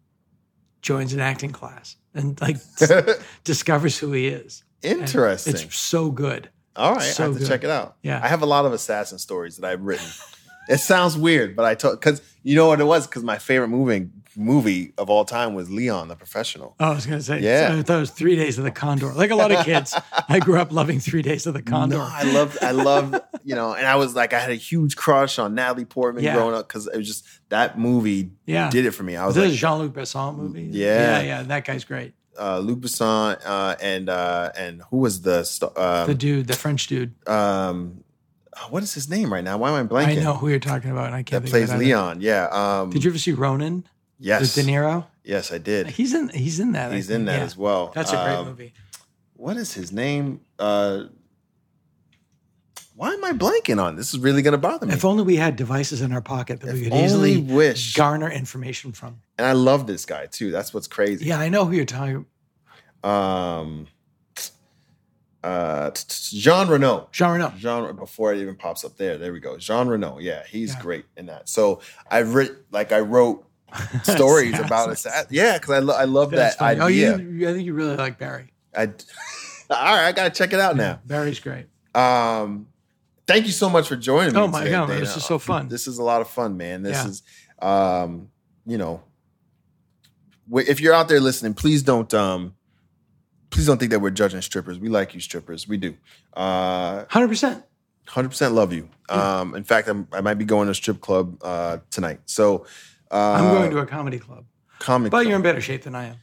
Speaker 2: joins an acting class and like dis- discovers who he is. And
Speaker 1: Interesting.
Speaker 2: It's so good.
Speaker 1: All right,
Speaker 2: so
Speaker 1: I have to
Speaker 2: good.
Speaker 1: check it out.
Speaker 2: Yeah.
Speaker 1: I have a lot of assassin stories that I've written. it sounds weird, but I told because you know what it was because my favorite movie movie of all time was Leon the Professional.
Speaker 2: Oh, I was gonna say.
Speaker 1: Yeah.
Speaker 2: I thought it was Three Days of the Condor. Like a lot of kids, I grew up loving Three Days of the Condor.
Speaker 1: No, I loved, I loved, you know, and I was like, I had a huge crush on Natalie Portman
Speaker 2: Yeah.
Speaker 1: growing up because it was just that movie
Speaker 2: yeah.
Speaker 1: did it for me. I
Speaker 2: Is
Speaker 1: was
Speaker 2: this
Speaker 1: like, Mm,
Speaker 2: a Jean Luc Besson movie?
Speaker 1: Yeah.
Speaker 2: yeah, yeah. That guy's great.
Speaker 1: uh, Luc Besson uh, and uh, and who was the st-
Speaker 2: the
Speaker 1: um,
Speaker 2: dude, the French dude.
Speaker 1: um, what is his name right now? Why am I blanking?
Speaker 2: I know who you're talking about, and I can't.
Speaker 1: that
Speaker 2: think
Speaker 1: plays
Speaker 2: of it either.
Speaker 1: Leon. Yeah. Um,
Speaker 2: Did you ever see Ronan?
Speaker 1: Yes.
Speaker 2: With De Niro.
Speaker 1: Yes, I did.
Speaker 2: He's in. He's in that. I
Speaker 1: He's
Speaker 2: think,
Speaker 1: in that
Speaker 2: yeah.
Speaker 1: as well.
Speaker 2: That's a great
Speaker 1: Um,
Speaker 2: movie.
Speaker 1: What is his name? Uh, why am I blanking on? it? This is really going to bother me.
Speaker 2: If only we had devices in our pocket that we
Speaker 1: If
Speaker 2: could
Speaker 1: only
Speaker 2: easily
Speaker 1: wish.
Speaker 2: garner information from.
Speaker 1: and I love this guy too. That's what's crazy.
Speaker 2: Yeah, I know who you're talking.
Speaker 1: Um, uh, t- t- Jean Renault.
Speaker 2: Jean Reno.
Speaker 1: Jean before it even pops up there. There we go. Jean Renault. Yeah, he's
Speaker 2: Yeah.
Speaker 1: great in that. So I writ like I wrote stories about it. Yeah, because I, lo- I love that idea.
Speaker 2: Oh, you, you- I think you really like Barry.
Speaker 1: I all right. I gotta check it out now.
Speaker 2: Barry's great.
Speaker 1: Um, thank you so much for joining me.
Speaker 2: Oh my
Speaker 1: today,
Speaker 2: god, man,
Speaker 1: Dana.
Speaker 2: this is so fun.
Speaker 1: This is a lot of fun, man. This
Speaker 2: Yeah.
Speaker 1: is, um, you know, w- if you're out there listening, please don't, um, please don't think that we're judging strippers. We like you strippers. We do. Uh,
Speaker 2: Hundred percent.
Speaker 1: 100% love you.
Speaker 2: Yeah.
Speaker 1: Um, in fact, I'm, I might be going to a strip club uh, tonight. So uh,
Speaker 2: I'm going to a comedy club,
Speaker 1: comic.
Speaker 2: but you're in
Speaker 1: club.
Speaker 2: better shape than I am.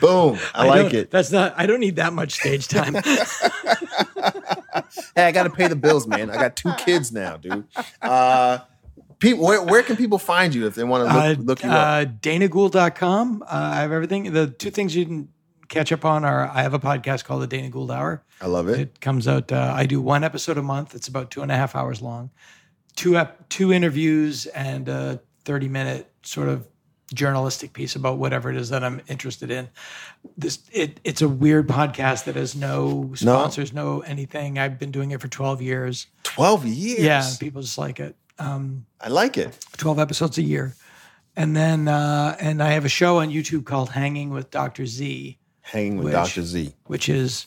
Speaker 1: boom. I, like
Speaker 2: don't-
Speaker 1: it.
Speaker 2: That's not. I don't need that much stage time.
Speaker 1: Hey, I got to pay the bills, man. I got two kids now, dude. Uh, people, where, where can people find you if they want to look, look you
Speaker 2: uh,
Speaker 1: up?
Speaker 2: uh, DanaGould.com. Uh, I have everything. The two things you can catch up on are I have a podcast called The Dana Gould Hour.
Speaker 1: I love it.
Speaker 2: uh, It comes out, uh, I do one episode a month. It's about two and a half hours long, two, ep- two interviews, and a 30 minute sort of journalistic piece about whatever it is that I'm interested in. This it, It's a weird podcast that has no sponsors, no. anything. I've been doing it for 12 years.
Speaker 1: 12 years.
Speaker 2: Yeah, people just like it. Um,
Speaker 1: I like it.
Speaker 2: 12 episodes a year. And then, uh, and I have a show on YouTube called Hanging with Dr. Z,
Speaker 1: Hanging with
Speaker 2: Which-
Speaker 1: Dr. Z.
Speaker 2: which is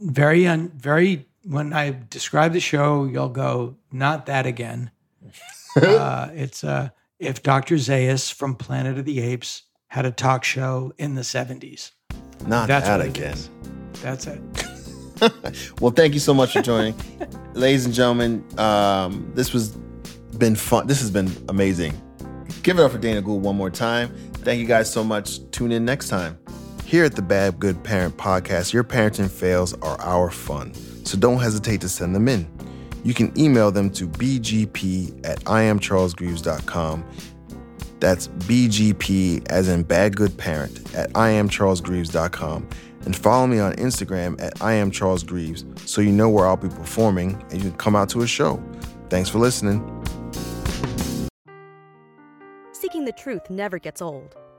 Speaker 2: very, un, very, when I describe the show, you'll go, not that again. uh, it's uh, if Dr. Zayas from Planet of the Apes had a talk show in the 70s.
Speaker 1: Not
Speaker 2: That's
Speaker 1: that
Speaker 2: what it
Speaker 1: again.
Speaker 2: is. That's it.
Speaker 1: Well, thank you so much for joining. Ladies and gentlemen, um, this was been fun. This has been amazing. Give it up for Dana Gould one more time. Thank you guys so much. Tune in next time. Here at the Bad Good Parent Podcast, your parenting fails are our fun. So don't hesitate to send them in. You can email them to bgp at iamcharlesgreaves.com. That's BGP as in bad good parent at iamcharlesgreaves.com and follow me on Instagram at I am Charles Greaves so you know where I'll be performing and you can come out to a show. Thanks for listening.
Speaker 4: Seeking the the truth never gets old.